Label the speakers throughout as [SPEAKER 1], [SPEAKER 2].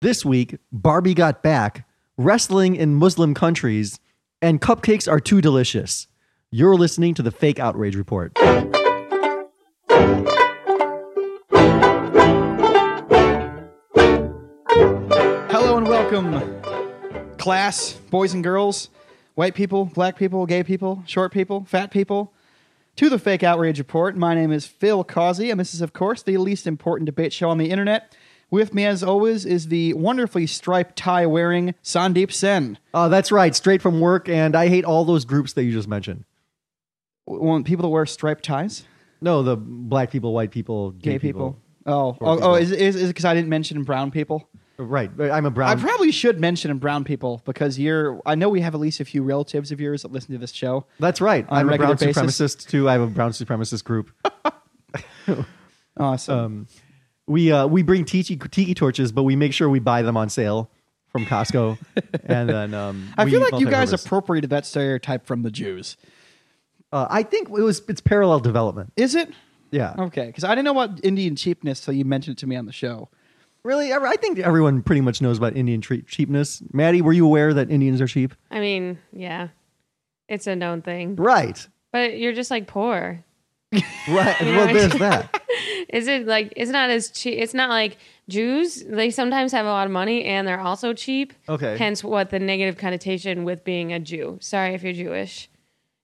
[SPEAKER 1] This week, Barbie got back, wrestling in Muslim countries, and cupcakes are too delicious. You're listening to the Fake Outrage Report.
[SPEAKER 2] Hello and welcome, class, boys and girls, white people, black people, gay people, short people, fat people, to the Fake Outrage Report. My name is Phil Causey, and this is, of course, the least important debate show on the internet. With me, as always, is the wonderfully striped tie wearing Sandeep Sen.
[SPEAKER 1] Oh, that's right, straight from work, and I hate all those groups that you just mentioned.
[SPEAKER 2] W- Want people to wear striped ties?
[SPEAKER 1] No, the black people, white people, gay,
[SPEAKER 2] Gay, people. Oh, oh, oh, is is because I didn't mention brown people?
[SPEAKER 1] Right, I'm a
[SPEAKER 2] I
[SPEAKER 1] brown.
[SPEAKER 2] probably should mention brown people because you're. I know we have at least a few relatives of yours that listen to this show.
[SPEAKER 1] that's right,
[SPEAKER 2] on a
[SPEAKER 1] I'm a
[SPEAKER 2] regular
[SPEAKER 1] brown
[SPEAKER 2] basis.
[SPEAKER 1] supremacist too. I have a brown supremacist group.
[SPEAKER 2] Awesome.
[SPEAKER 1] we uh, we bring tiki, tiki torches, but we make sure we buy them on sale from Costco, and then um,
[SPEAKER 2] I
[SPEAKER 1] we
[SPEAKER 2] feel like you guys
[SPEAKER 1] multipurpose.
[SPEAKER 2] appropriated that stereotype from the Jews.
[SPEAKER 1] Uh, I think it was it's parallel development.
[SPEAKER 2] Is it?
[SPEAKER 1] Yeah,
[SPEAKER 2] Okay, because I didn't know about Indian cheapness till you mentioned it to me on the show.
[SPEAKER 1] really. I I think everyone pretty much knows about Indian tre- cheapness. Maddie, were you aware that Indians are cheap?
[SPEAKER 3] I mean, yeah, it's a known thing,
[SPEAKER 1] Right,
[SPEAKER 3] but you're just like poor.
[SPEAKER 1] right. well,
[SPEAKER 3] I-
[SPEAKER 1] there's that.
[SPEAKER 3] Is it like it's not as cheap? It's not like Jews. They sometimes have a lot of money and they're also cheap.
[SPEAKER 1] Okay.
[SPEAKER 3] Hence, what the negative connotation with being a Jew. Sorry if you're Jewish.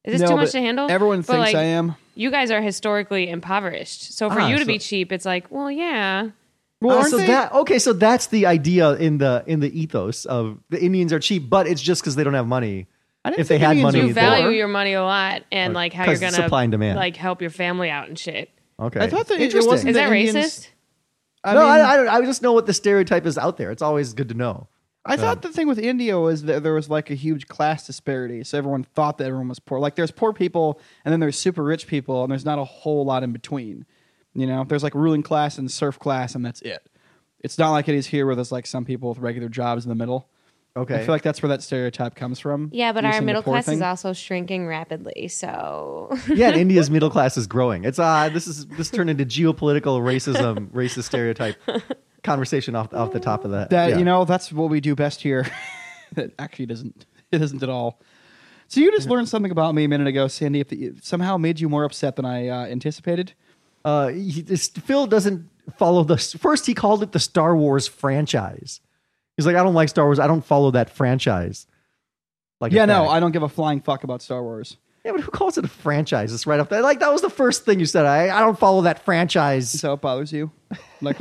[SPEAKER 3] Is this
[SPEAKER 2] No,
[SPEAKER 3] too much
[SPEAKER 2] but
[SPEAKER 3] to handle?
[SPEAKER 2] everyone
[SPEAKER 3] But,
[SPEAKER 2] thinks
[SPEAKER 3] like,
[SPEAKER 2] I am.
[SPEAKER 3] You guys are historically impoverished, so for
[SPEAKER 1] Ah,
[SPEAKER 3] you to
[SPEAKER 1] so-
[SPEAKER 3] be cheap, it's like, well, yeah,
[SPEAKER 2] Well,
[SPEAKER 1] Oh,
[SPEAKER 2] aren't
[SPEAKER 1] so
[SPEAKER 2] they-
[SPEAKER 1] that okay, so that's the idea in the in the ethos of the Indians are cheap, but it's just because they don't have money.
[SPEAKER 2] I didn't
[SPEAKER 1] If they
[SPEAKER 2] think
[SPEAKER 1] had
[SPEAKER 2] Indians
[SPEAKER 1] money,
[SPEAKER 2] were
[SPEAKER 3] you
[SPEAKER 1] they
[SPEAKER 3] value
[SPEAKER 1] were-
[SPEAKER 3] your money a lot, and
[SPEAKER 1] Or-
[SPEAKER 3] like how you're
[SPEAKER 1] 'cause
[SPEAKER 3] gonna
[SPEAKER 1] supply and demand.
[SPEAKER 3] like help your family out and shit.
[SPEAKER 1] Okay,
[SPEAKER 2] I thought that it
[SPEAKER 1] Interesting.
[SPEAKER 2] wasn't
[SPEAKER 3] Is that
[SPEAKER 2] Indians-
[SPEAKER 3] racist?
[SPEAKER 2] I
[SPEAKER 1] no,
[SPEAKER 2] mean,
[SPEAKER 1] I, I don't. I just know what the stereotype is out there. It's always good to know.
[SPEAKER 2] I thought the thing with India was that there was like a huge class disparity, so everyone thought that everyone was poor. Like there's poor people, and then there's super rich people, and there's not a whole lot in between. You know, there's like ruling class and serf class, and that's it. It's not like it is here, where there's like some people with regular jobs in the middle.
[SPEAKER 1] Okay,
[SPEAKER 2] I feel like that's where that stereotype comes from.
[SPEAKER 3] Yeah, but
[SPEAKER 2] You're
[SPEAKER 3] our
[SPEAKER 2] saying the
[SPEAKER 3] middle
[SPEAKER 2] poor
[SPEAKER 3] class is
[SPEAKER 2] thing?
[SPEAKER 3] also shrinking rapidly, so
[SPEAKER 1] yeah, and India's middle class is growing. It's uh this is this turned into geopolitical racism, racist stereotype conversation off off the top of that.
[SPEAKER 2] that
[SPEAKER 1] Yeah.
[SPEAKER 2] you know that's what we do best here it actually doesn't it isn't at all so you just learned something about me a minute ago sandy if the, somehow made you more upset than i uh, anticipated
[SPEAKER 1] uh, he, this, Phil doesn't follow the first. He called it the Star Wars franchise. He's like, I don't like Star Wars. I don't follow that franchise. Like, a
[SPEAKER 2] yeah no
[SPEAKER 1] fact.
[SPEAKER 2] i don't give a flying fuck about star wars
[SPEAKER 1] yeah, but who calls it a franchise? It's right off that. Like that was the first thing you said. I I don't follow that franchise.
[SPEAKER 2] so it bothers you like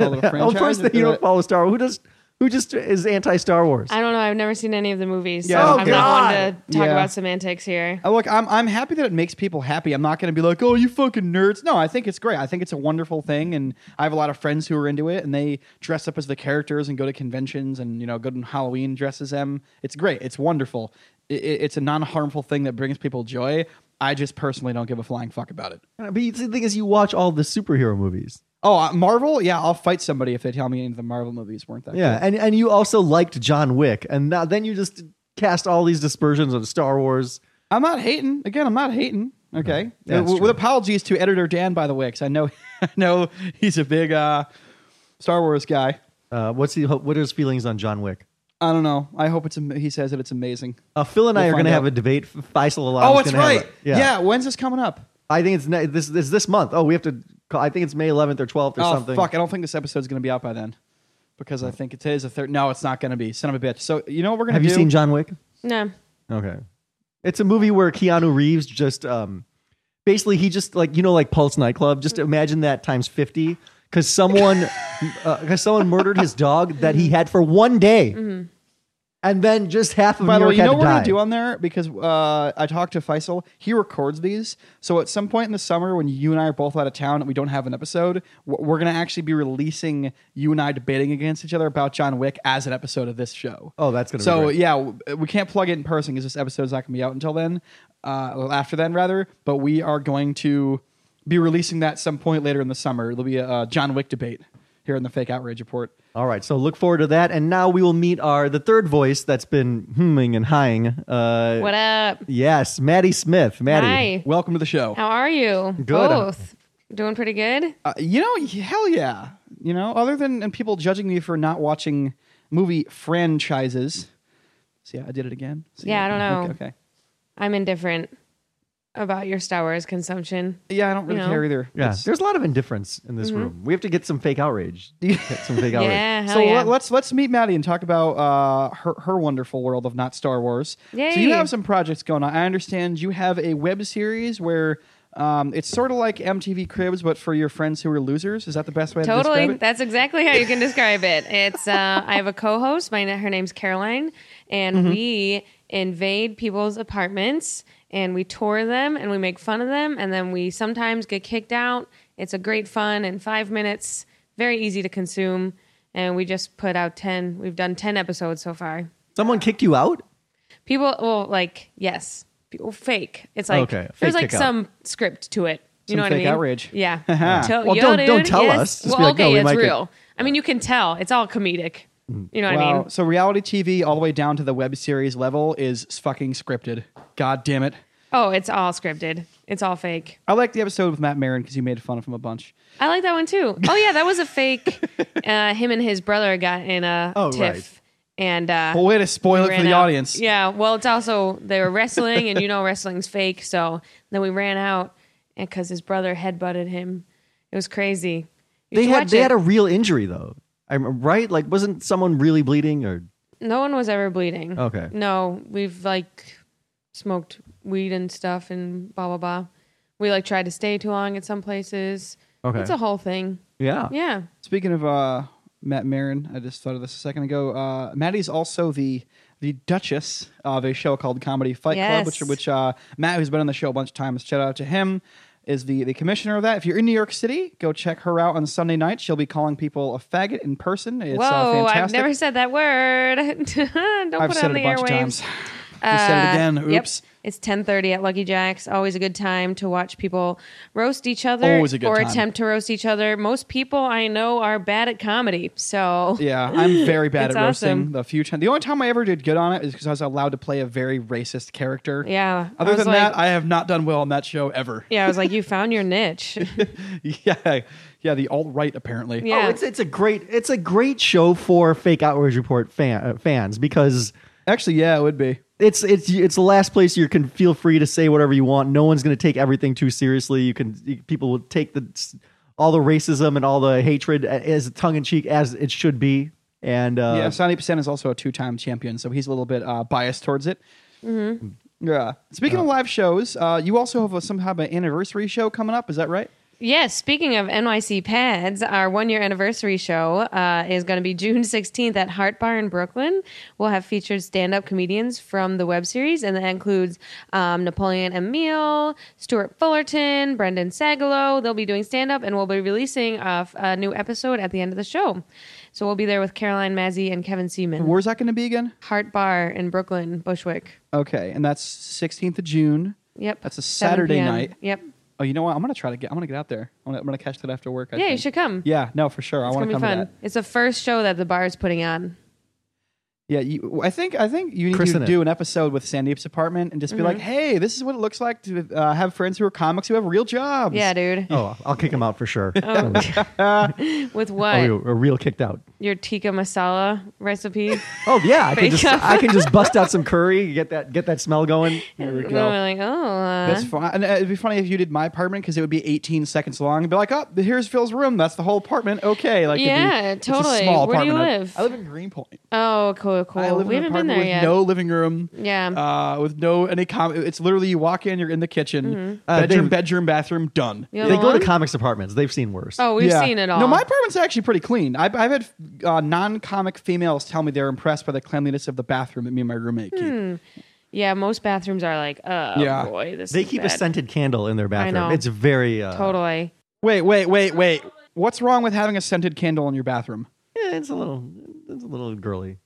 [SPEAKER 2] all the
[SPEAKER 1] Yeah, well,
[SPEAKER 2] franchise
[SPEAKER 1] first thing you don't follow Star Wars. Who does? Who just is anti Star Wars?
[SPEAKER 3] I don't know. I've never seen any of the movies, so
[SPEAKER 2] Yeah,
[SPEAKER 3] I'm not
[SPEAKER 1] okay.
[SPEAKER 3] one to talk
[SPEAKER 2] Yeah.
[SPEAKER 3] about semantics here.
[SPEAKER 2] Uh, Look, I'm, I'm happy that it makes people happy. I'm not going to be like, oh, you fucking nerds. No, I think it's great. I think it's a wonderful thing. And I have a lot of friends who are into it and they dress up as the characters and go to conventions and, you know, go to Halloween dresses them. It's great. It's wonderful. I- I- it's a non harmful thing that brings people joy. I just personally don't give a flying fuck about it.
[SPEAKER 1] But you- the thing is, you watch all the superhero movies.
[SPEAKER 2] Oh, uh, Marvel? Yeah, I'll fight somebody if they tell me any of the Marvel movies weren't that
[SPEAKER 1] Yeah,
[SPEAKER 2] good.
[SPEAKER 1] and and you also liked John Wick, and now, then you just cast all these dispersions on Star Wars.
[SPEAKER 2] I'm not hating. Again, I'm not hating. Okay.
[SPEAKER 1] Yeah, that's
[SPEAKER 2] Uh, with
[SPEAKER 1] true.
[SPEAKER 2] apologies to editor Dan, by the way, because I know, I know he's a big uh, Star Wars guy.
[SPEAKER 1] Uh, what's he? What are his feelings on John Wick?
[SPEAKER 2] I don't know. I hope it's. am- He says that it's amazing.
[SPEAKER 1] Uh, Phil and I
[SPEAKER 2] We'll
[SPEAKER 1] are going
[SPEAKER 2] find
[SPEAKER 1] to have
[SPEAKER 2] out.
[SPEAKER 1] a debate. F- Faisal Alam.
[SPEAKER 2] Oh,
[SPEAKER 1] is
[SPEAKER 2] it's
[SPEAKER 1] gonna have
[SPEAKER 2] right.
[SPEAKER 1] a-
[SPEAKER 2] yeah. When's this coming up?
[SPEAKER 1] I think it's ne- this is this month. Oh, we have to. Call, I think it's May 11th or 12th or
[SPEAKER 2] oh
[SPEAKER 1] something.
[SPEAKER 2] fuck! I don't think this episode's gonna be out by then, because I think it is a third. No, it's not gonna be. Son of a bitch. So you know what we're gonna
[SPEAKER 1] Have
[SPEAKER 2] do?
[SPEAKER 1] you seen John Wick?
[SPEAKER 3] No,
[SPEAKER 1] Okay. It's a movie where Keanu Reeves just um basically he just like you know like Pulse nightclub just imagine that times 50 cuz someone uh, cuz someone murdered his dog that he had for one day. And then just half of
[SPEAKER 2] Mm-hmm. By
[SPEAKER 1] New
[SPEAKER 2] the
[SPEAKER 1] York
[SPEAKER 2] way, you
[SPEAKER 1] had
[SPEAKER 2] know
[SPEAKER 1] to
[SPEAKER 2] what we're
[SPEAKER 1] die.
[SPEAKER 2] gonna do on there because uh, I talked to Faisal. He records these. So at some point in the summer, when you and I are both out of town and we don't have an episode, w- we're gonna actually be releasing you and I debating against each other about John Wick as an episode of this show.
[SPEAKER 1] Oh, that's gonna be
[SPEAKER 2] So
[SPEAKER 1] great.
[SPEAKER 2] yeah, w- we can't plug it in person because this episode's not gonna be out until then. Uh, well, after then, rather. But we are going to be releasing that some point later in the summer. It'll be a uh, John Wick debate here in the Fake Outrage Report.
[SPEAKER 1] All right, so look forward to that and now we will meet our the third voice that's been humming and hawing. Uh
[SPEAKER 3] what up?
[SPEAKER 1] yes, Maddie Smith. Maddie.
[SPEAKER 3] Hi,
[SPEAKER 2] Welcome to the show.
[SPEAKER 3] how are you?
[SPEAKER 1] Good.
[SPEAKER 3] Both doing pretty good.
[SPEAKER 2] Uh, you know, hell yeah. You know, other than and people judging me for not watching movie franchises. See, I did it again. See,
[SPEAKER 3] Yeah, I don't know.
[SPEAKER 2] Okay, okay.
[SPEAKER 3] I'm indifferent about your Star Wars consumption.
[SPEAKER 2] Yeah, I don't really
[SPEAKER 3] You know.
[SPEAKER 2] care either.
[SPEAKER 1] Yeah,
[SPEAKER 2] It's-
[SPEAKER 1] there's a lot of indifference in this room. We have to get some fake outrage. Get some fake outrage.
[SPEAKER 3] Mm-hmm. Yeah, hell
[SPEAKER 2] So
[SPEAKER 3] yeah.
[SPEAKER 2] let, us let's meet Maddie and talk about uh, her her wonderful world of not Star Wars. So you
[SPEAKER 3] Yay.
[SPEAKER 2] have some projects going on. I understand you have a web series where um, it's sort of like MTV Cribs, but for your friends who are losers. Is that the best way to
[SPEAKER 3] totally
[SPEAKER 2] describe it?
[SPEAKER 3] that's exactly how you can describe it it's uh, i have a co-host my her name's caroline and
[SPEAKER 2] Mm-hmm.
[SPEAKER 3] we invade people's apartments and we tour them and we make fun of them and then we sometimes get kicked out it's a great fun in five minutes very easy to consume and we just put out 10 we've done 10 episodes so far
[SPEAKER 1] Someone kicked you out?
[SPEAKER 3] people well like yes people fake it's like
[SPEAKER 1] Okay, fake
[SPEAKER 3] there's like
[SPEAKER 1] kick out.
[SPEAKER 3] some script to it you
[SPEAKER 2] Some
[SPEAKER 3] know what i
[SPEAKER 2] fake
[SPEAKER 3] mean
[SPEAKER 2] outrage.
[SPEAKER 3] yeah To-
[SPEAKER 1] Well,
[SPEAKER 3] yo,
[SPEAKER 1] don't- don't
[SPEAKER 3] dude,
[SPEAKER 1] tell
[SPEAKER 3] yes.
[SPEAKER 1] us. Just
[SPEAKER 3] well
[SPEAKER 1] be like, no,
[SPEAKER 3] okay
[SPEAKER 1] we
[SPEAKER 3] it's
[SPEAKER 1] might get- uh,
[SPEAKER 3] real i mean you can tell it's all comedic
[SPEAKER 1] Mm.
[SPEAKER 3] you know what i
[SPEAKER 2] Wow.
[SPEAKER 3] mean
[SPEAKER 2] So reality TV all the way down to the web series level is fucking scripted. God damn it.
[SPEAKER 3] oh it's all scripted it's all fake
[SPEAKER 2] I like the episode with Matt Marin because you made fun of him a bunch.
[SPEAKER 3] i like that one too oh yeah that was a fake uh, him and his brother got in a
[SPEAKER 1] Oh,
[SPEAKER 3] tiff
[SPEAKER 1] right.
[SPEAKER 3] and uh
[SPEAKER 2] Well, way to spoil it for
[SPEAKER 3] ran
[SPEAKER 2] the
[SPEAKER 3] out-
[SPEAKER 2] audience.
[SPEAKER 3] Yeah, well, it's also they were wrestling, and you know wrestling's fake. So then we ran out because his brother headbutted him. It was crazy. You
[SPEAKER 1] They
[SPEAKER 3] should
[SPEAKER 1] had
[SPEAKER 3] watch
[SPEAKER 1] they
[SPEAKER 3] it.
[SPEAKER 1] had a real injury though. I'm right. Like, wasn't someone really bleeding or?
[SPEAKER 3] no one was ever bleeding.
[SPEAKER 1] Okay.
[SPEAKER 3] No, we've like smoked weed and stuff and blah blah blah. We like tried to stay too long at some places.
[SPEAKER 1] Okay.
[SPEAKER 3] It's a whole thing.
[SPEAKER 2] Uh,
[SPEAKER 1] Yeah.
[SPEAKER 3] Yeah.
[SPEAKER 2] Speaking of uh, Matt Marin, I just thought of this a second ago. Uh, Maddie's also the the Duchess of a show called Comedy Fight Club,
[SPEAKER 3] Yes.
[SPEAKER 2] which which uh, Matt, who's been on the show a bunch of times, shout out to him, is the the commissioner of that. If you're in New York City, go check her out on Sunday night. She'll be calling people a faggot in person. It's uh,
[SPEAKER 3] Whoa,
[SPEAKER 2] fantastic.
[SPEAKER 3] I've never said that word. Don't
[SPEAKER 2] I've
[SPEAKER 3] put it
[SPEAKER 2] said
[SPEAKER 3] on
[SPEAKER 2] it
[SPEAKER 3] the
[SPEAKER 2] a bunch
[SPEAKER 3] airwaves.
[SPEAKER 2] of times. Just said it again.
[SPEAKER 3] Uh, yep.
[SPEAKER 2] Oops.
[SPEAKER 3] It's 10:30 at Lucky Jack's. Always a good time to watch people roast each other
[SPEAKER 2] Always a good
[SPEAKER 3] or
[SPEAKER 2] time.
[SPEAKER 3] attempt to roast each other. Most people I know are bad at comedy. So,
[SPEAKER 2] Yeah, I'm very bad
[SPEAKER 3] It's
[SPEAKER 2] at roasting
[SPEAKER 3] awesome.
[SPEAKER 2] the few times. The only time I ever did good on it is because I was allowed to play a very racist character.
[SPEAKER 3] Yeah, I
[SPEAKER 2] Other
[SPEAKER 3] was
[SPEAKER 2] than
[SPEAKER 3] like-
[SPEAKER 2] that, I have not done well on that show ever.
[SPEAKER 3] yeah, I was like you found your niche.
[SPEAKER 2] yeah, yeah, the alt right apparently.
[SPEAKER 3] Yeah.
[SPEAKER 1] Oh, it's it's a great it's a great show for fake outrage report fan, uh, fans because
[SPEAKER 2] Actually, yeah, it would be.
[SPEAKER 1] it's it's it's the last place you can feel free to say whatever you want. No one's going to take everything too seriously. You can you- people will take the all the racism and all the hatred as tongue in cheek as it should be. And uh,
[SPEAKER 2] yeah, Sonny Pisan is also a two-time champion, so he's a little bit uh, biased towards it. Mm-hmm. Yeah. Speaking of live shows, uh, you also have a, somehow an anniversary show coming up. Is that right?
[SPEAKER 3] Yes, speaking of NYC pads, our one year anniversary show uh, is going to be June 16th at Heart Bar in Brooklyn. We'll have featured stand up comedians from the web series, and that includes um, Napoleon Emile, Stuart Fullerton, Brendan Sagalow. They'll be doing stand up, and we'll be releasing a, a new episode at the end of the show. So we'll be there with Caroline Mazzy and Kevin Seaman.
[SPEAKER 2] Where's that going to be again?
[SPEAKER 3] Heart Bar in Brooklyn, Bushwick.
[SPEAKER 2] Okay, and that's 16th of June.
[SPEAKER 3] Yep.
[SPEAKER 2] That's a
[SPEAKER 3] 7
[SPEAKER 2] Saturday
[SPEAKER 3] p.m.
[SPEAKER 2] night.
[SPEAKER 3] Yep.
[SPEAKER 2] Oh, you know what? I'm gonna try to get. I'm gonna get out there. I'm gonna, I'm gonna catch that after work. I
[SPEAKER 3] Yeah, you
[SPEAKER 2] think.
[SPEAKER 3] should come.
[SPEAKER 2] Yeah, no, for sure. I
[SPEAKER 3] It's
[SPEAKER 2] want to
[SPEAKER 3] going to be
[SPEAKER 2] come
[SPEAKER 3] fun.
[SPEAKER 2] to that.
[SPEAKER 3] It's the first show that the bar is putting on.
[SPEAKER 2] Yeah, you, I think I think you need
[SPEAKER 1] Christen
[SPEAKER 2] to
[SPEAKER 1] it.
[SPEAKER 2] do an episode with Sandeep's apartment and just be
[SPEAKER 3] Mm-hmm.
[SPEAKER 2] like, "Hey, this is what it looks like to uh, have friends who are comics who have real jobs."
[SPEAKER 3] Yeah, dude.
[SPEAKER 1] oh, I'll kick him out for sure.
[SPEAKER 3] Oh.
[SPEAKER 2] Oh.
[SPEAKER 3] With what?
[SPEAKER 1] I'll be a real kicked out.
[SPEAKER 3] Your tikka masala recipe?
[SPEAKER 1] Oh yeah, I can
[SPEAKER 3] Fake
[SPEAKER 1] just
[SPEAKER 3] up.
[SPEAKER 1] I can just bust out some curry, get that get that smell going.
[SPEAKER 2] There we
[SPEAKER 3] And
[SPEAKER 2] go.
[SPEAKER 3] we're like, oh, uh,
[SPEAKER 2] That's fun. And uh, it'd be funny if you did my apartment because it would be 18 seconds long. And be like, oh, here's Phil's room. That's the whole apartment. Okay, like it'd be-
[SPEAKER 3] Yeah,
[SPEAKER 2] it's a
[SPEAKER 3] totally.
[SPEAKER 2] small
[SPEAKER 3] Where do you
[SPEAKER 2] apartment.
[SPEAKER 3] live?
[SPEAKER 2] I live in Greenpoint.
[SPEAKER 3] oh, cool, cool.
[SPEAKER 2] I live
[SPEAKER 3] we
[SPEAKER 2] in an
[SPEAKER 3] haven't been
[SPEAKER 2] apartment
[SPEAKER 3] there
[SPEAKER 2] with
[SPEAKER 3] yet.
[SPEAKER 2] no living room.
[SPEAKER 3] yeah,
[SPEAKER 2] Uh, with no any com. It's literally you walk in, you're in the kitchen,
[SPEAKER 3] Mm-hmm.
[SPEAKER 1] Uh,
[SPEAKER 2] bedroom,
[SPEAKER 1] they-
[SPEAKER 2] bedroom, bathroom, done.
[SPEAKER 3] You know
[SPEAKER 1] They
[SPEAKER 3] the
[SPEAKER 1] go to
[SPEAKER 3] one?
[SPEAKER 1] comics departments. They've seen worse.
[SPEAKER 3] Oh, we've
[SPEAKER 2] Yeah.
[SPEAKER 3] seen it all.
[SPEAKER 2] No, my apartment's actually pretty clean. I've, I've had uh, non-comic females tell me they're impressed by the cleanliness of the bathroom that me and my roommate keep.
[SPEAKER 3] Hmm. yeah, most bathrooms are like, oh
[SPEAKER 2] Yeah.
[SPEAKER 3] boy, this.
[SPEAKER 1] they
[SPEAKER 3] is
[SPEAKER 1] keep a
[SPEAKER 3] bad.
[SPEAKER 1] scented candle in their bathroom.
[SPEAKER 3] know.
[SPEAKER 1] It's very uh,
[SPEAKER 3] Totally.
[SPEAKER 2] Wait, wait, wait, wait. What's wrong with having a scented candle in your bathroom?
[SPEAKER 1] Yeah, it's a little it's a little girly.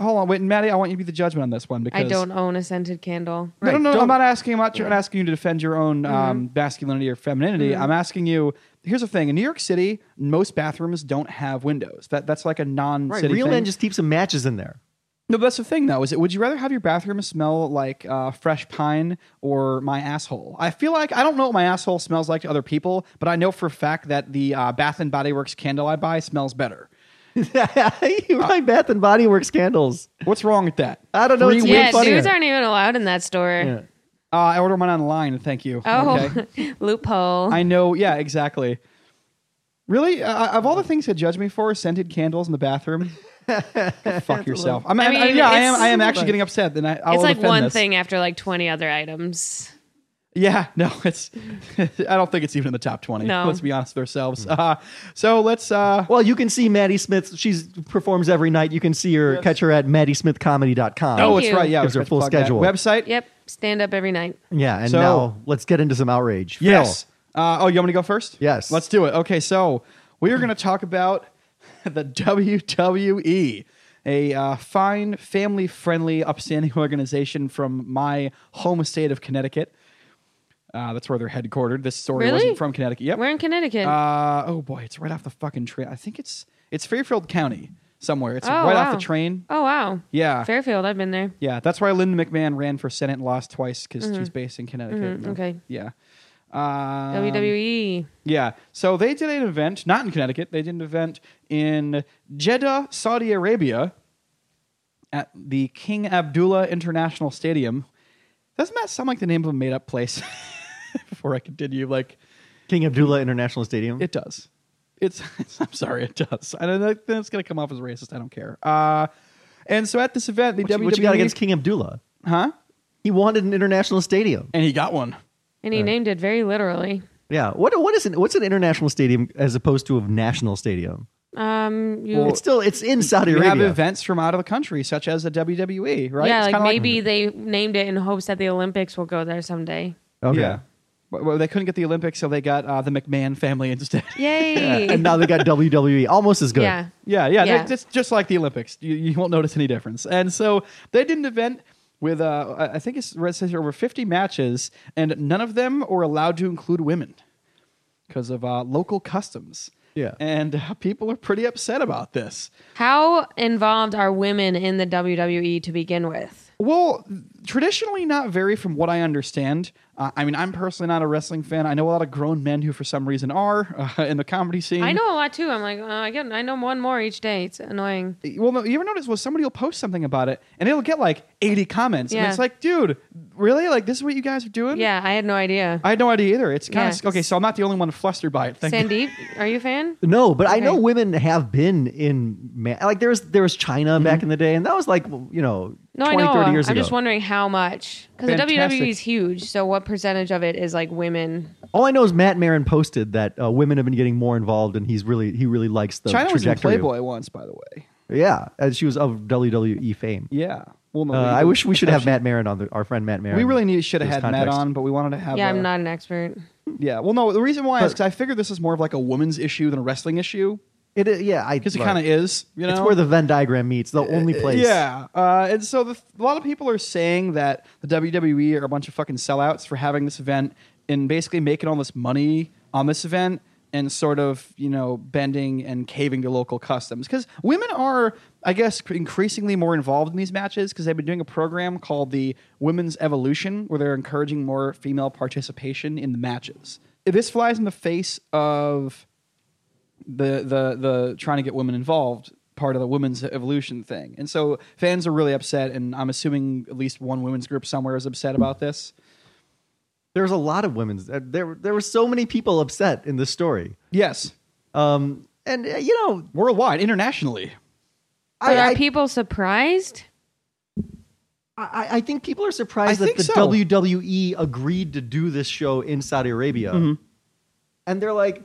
[SPEAKER 2] Hold on, wait, Maddie. I want you to be the judgment on this one because
[SPEAKER 3] I don't own a scented candle.
[SPEAKER 1] Right,
[SPEAKER 2] No, no, no. I'm
[SPEAKER 1] don't-
[SPEAKER 2] not asking. I'm not trying- asking you to defend your own
[SPEAKER 3] Mm-hmm.
[SPEAKER 2] um, masculinity or femininity. I'm asking you. Here's the thing: in New York City, most bathrooms don't have windows. That that's like a
[SPEAKER 1] Right,
[SPEAKER 2] non-city
[SPEAKER 1] real
[SPEAKER 2] thing.
[SPEAKER 1] men just keep some matches in there.
[SPEAKER 2] no, but that's the thing though. Is it? Would you rather have your bathroom smell like uh, fresh pine or my asshole? I feel like I don't know what my asshole smells like to other people, but I know for a fact that the uh, Bath and Body Works candle I buy smells better.
[SPEAKER 1] you buy Bath and Body Works candles.
[SPEAKER 2] What's wrong with that?
[SPEAKER 1] I don't know.
[SPEAKER 2] Free
[SPEAKER 1] It's
[SPEAKER 2] weed.
[SPEAKER 1] way
[SPEAKER 3] yeah,
[SPEAKER 1] funnier.
[SPEAKER 3] dudes aren't even allowed in that store.
[SPEAKER 1] Yeah.
[SPEAKER 2] Uh, I order mine online. Thank you.
[SPEAKER 3] Oh,
[SPEAKER 2] Okay.
[SPEAKER 3] loophole.
[SPEAKER 2] I know. Yeah, exactly. Really, uh, of all the things to judge me for, scented candles in the bathroom. Go fuck yourself. I'm,
[SPEAKER 3] I
[SPEAKER 2] I mean,
[SPEAKER 3] mean,
[SPEAKER 2] yeah, I am.
[SPEAKER 3] it's-
[SPEAKER 2] I am actually getting upset. Then I, I
[SPEAKER 3] it's
[SPEAKER 2] will
[SPEAKER 3] like
[SPEAKER 2] defend
[SPEAKER 3] one
[SPEAKER 2] this.
[SPEAKER 3] thing after like 20 other items.
[SPEAKER 2] Yeah, no, it's. I don't think it's even in the top twenty.
[SPEAKER 3] No.
[SPEAKER 2] Let's be honest with ourselves. Uh, so let's. Uh,
[SPEAKER 1] Well, you can see Maddie Smith. She performs every night. You can see her, catch her at maddiesmithcomedy.com.
[SPEAKER 2] oh,
[SPEAKER 3] Thank
[SPEAKER 2] it's
[SPEAKER 3] you.
[SPEAKER 2] right. Yeah, I
[SPEAKER 1] Gives
[SPEAKER 2] was
[SPEAKER 1] her
[SPEAKER 2] right to
[SPEAKER 1] full
[SPEAKER 2] plug that.
[SPEAKER 1] schedule.
[SPEAKER 2] website.
[SPEAKER 3] Yep. Stand up every night.
[SPEAKER 1] yeah. And
[SPEAKER 2] So-
[SPEAKER 1] now let's get into some outrage. Phil.
[SPEAKER 2] Yes. Uh, oh, you want me to go first?
[SPEAKER 1] Yes.
[SPEAKER 2] Let's do it. Okay, so we are going to talk about the WWE, a uh, fine, family friendly, upstanding organization from my home state of Connecticut. Uh, that's where they're headquartered. This story
[SPEAKER 3] Really?
[SPEAKER 2] wasn't from Connecticut. Yep.
[SPEAKER 3] We're in Connecticut.
[SPEAKER 2] Uh, oh boy, it's right off the fucking train. I think it's it's Fairfield County somewhere. It's
[SPEAKER 3] Oh,
[SPEAKER 2] right off
[SPEAKER 3] wow.
[SPEAKER 2] the train.
[SPEAKER 3] oh, wow.
[SPEAKER 2] Yeah.
[SPEAKER 3] Fairfield, I've been there.
[SPEAKER 2] Yeah, that's why Linda McMahon ran for Senate and lost twice because she's based in Connecticut.
[SPEAKER 3] Mhm, Mm-hmm. okay. E.
[SPEAKER 2] Yeah. Um,
[SPEAKER 3] WWE.
[SPEAKER 2] Yeah. So they did an event, not in Connecticut. They did an event in Jeddah, Saudi Arabia, at the King Abdullah International Stadium. Doesn't that sound like the name of a made-up place? Before I continue, like
[SPEAKER 1] King Abdullah International Stadium.
[SPEAKER 2] it does. It's. I'm sorry, it does. And then then it's gonna come off as racist. I don't care. Uh, and so at this event, the
[SPEAKER 1] what,
[SPEAKER 2] WWE,
[SPEAKER 1] you- what you got against King Abdullah?
[SPEAKER 2] huh?
[SPEAKER 1] He wanted an international stadium.
[SPEAKER 2] And he got one.
[SPEAKER 3] And he named it very literally.
[SPEAKER 1] Yeah. What what is an what's an international stadium as opposed to a national stadium?
[SPEAKER 3] Um, you,
[SPEAKER 2] Well,
[SPEAKER 1] It's still it's in Saudi
[SPEAKER 2] You have
[SPEAKER 1] Arabia.
[SPEAKER 2] events from out of the country, such as the WWE, right?
[SPEAKER 3] Yeah,
[SPEAKER 2] It's
[SPEAKER 3] like
[SPEAKER 2] kinda
[SPEAKER 3] maybe they named it in hopes that the Olympics will go there someday.
[SPEAKER 1] Okay.
[SPEAKER 2] Yeah. Well, well, they couldn't get the Olympics, so they got uh, the McMahon family instead.
[SPEAKER 3] Yay.
[SPEAKER 1] And now they got WWE, almost as good.
[SPEAKER 3] yeah.
[SPEAKER 2] yeah, yeah,
[SPEAKER 3] Yeah.
[SPEAKER 2] they- Just, just like the Olympics. You, you won't notice any difference. And so they did an event with, uh, I- I think it's it says here over 50 matches, and none of them were allowed to include women because of uh, local customs.
[SPEAKER 1] Yeah.
[SPEAKER 2] And uh, people are pretty upset about this.
[SPEAKER 3] How involved are women in the WWE to begin with?
[SPEAKER 2] Well, traditionally not very, from what I understand. Uh, I mean, I'm personally not a wrestling fan. I know a lot of grown men who, for some reason, are uh, in the comedy scene.
[SPEAKER 3] I know a lot too. I'm like, oh, I get, I know one more each day. It's annoying.
[SPEAKER 2] Well, no, you ever notice? Well, somebody will post something about it, and it'll get like 80 comments, and
[SPEAKER 3] Yeah.
[SPEAKER 2] it's like, dude, really? Like this is what you guys are doing?
[SPEAKER 3] Yeah, I had no idea.
[SPEAKER 2] I had no idea either. It's kind
[SPEAKER 3] Yeah.
[SPEAKER 2] of okay. So I'm not the only one flustered by it. Thank God.
[SPEAKER 3] Sandeep, are you a fan?
[SPEAKER 1] No, but I know
[SPEAKER 3] Okay.
[SPEAKER 1] women have been in ma- like there was there was China
[SPEAKER 2] Mm-hmm.
[SPEAKER 1] back in the day, and that was like you know
[SPEAKER 3] No,
[SPEAKER 1] 20,
[SPEAKER 3] I know.
[SPEAKER 1] 30 years
[SPEAKER 3] I'm
[SPEAKER 1] ago.
[SPEAKER 3] just wondering how much because the
[SPEAKER 2] Fantastic.
[SPEAKER 3] WWE is huge. So what percentage of it is like women?
[SPEAKER 1] All I know is Matt Marin posted that uh, women have been getting more involved, and he's really he really likes the
[SPEAKER 2] China was in
[SPEAKER 1] trajectory. of-
[SPEAKER 2] Playboy once, by the way.
[SPEAKER 1] Yeah, and she was of WWE fame.
[SPEAKER 2] Yeah. Well, no,
[SPEAKER 1] Uh,
[SPEAKER 2] we-
[SPEAKER 1] I wish we should have Matt Marin on the, our friend Matt Marin.
[SPEAKER 2] We really need, should have
[SPEAKER 1] There's
[SPEAKER 2] had Matt
[SPEAKER 1] context.
[SPEAKER 2] on, but we wanted to have.
[SPEAKER 3] yeah,
[SPEAKER 2] uh,
[SPEAKER 3] I'm not an expert.
[SPEAKER 2] Yeah. Well, no. The reason why is
[SPEAKER 1] But-
[SPEAKER 2] because I figured this is more of like a woman's issue than a wrestling issue.
[SPEAKER 1] It is- yeah, I
[SPEAKER 2] Because it
[SPEAKER 1] right.
[SPEAKER 2] kind of is. You know. Uh,
[SPEAKER 1] It's where the Venn diagram meets. The only place.
[SPEAKER 2] Yeah, uh, and so the, a lot of people are saying that the WWE are a bunch of fucking sellouts for having this event and basically making all this money on this event and sort of you know bending and caving to local customs because women are i guess increasingly more involved in these matches because they've been doing a program called the women's evolution where they're encouraging more female participation in the matches this flies in the face of the the the trying to get women involved part of the women's evolution thing. And so fans are really upset and I'm assuming at least one women's group somewhere is upset about this.
[SPEAKER 1] There was a lot of women's. uh, There there were so many people upset in this story.
[SPEAKER 2] Yes.
[SPEAKER 1] Um, and uh, you know,
[SPEAKER 2] Worldwide, internationally.
[SPEAKER 3] But
[SPEAKER 1] I,
[SPEAKER 3] are
[SPEAKER 1] I,
[SPEAKER 3] people surprised?
[SPEAKER 1] I, I think people are surprised that
[SPEAKER 2] I think
[SPEAKER 1] the
[SPEAKER 2] so.
[SPEAKER 1] WWE agreed to do this show in Saudi Arabia,
[SPEAKER 2] Mm-hmm.
[SPEAKER 1] and they're like,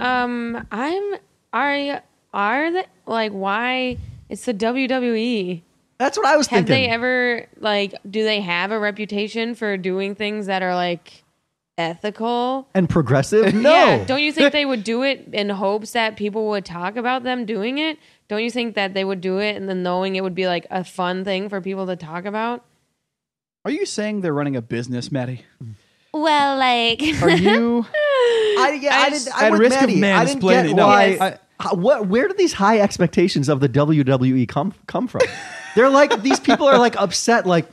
[SPEAKER 3] Um, I'm are are the like why it's the WWE.
[SPEAKER 1] "That's what I was
[SPEAKER 3] Have
[SPEAKER 1] thinking."
[SPEAKER 3] they ever like do they have a reputation for doing things that are like ethical?
[SPEAKER 1] and progressive? No.
[SPEAKER 3] Yeah, don't you think they would do it in hopes that people would talk about them doing it? Don't you think that they would do it and then knowing it would be like a fun thing for people to talk about?
[SPEAKER 2] Are you saying they're running a business, Maddie?
[SPEAKER 3] Well, like
[SPEAKER 2] Are you
[SPEAKER 1] I, yeah, I, didn't. I'm
[SPEAKER 2] At
[SPEAKER 1] with
[SPEAKER 2] risk of
[SPEAKER 1] Maddie. I didn't get
[SPEAKER 2] mansplaining, no,
[SPEAKER 1] why.
[SPEAKER 2] Yes. I-
[SPEAKER 1] how- what? Where do these high expectations of the WWE come come from? they're like these people are like upset. Like,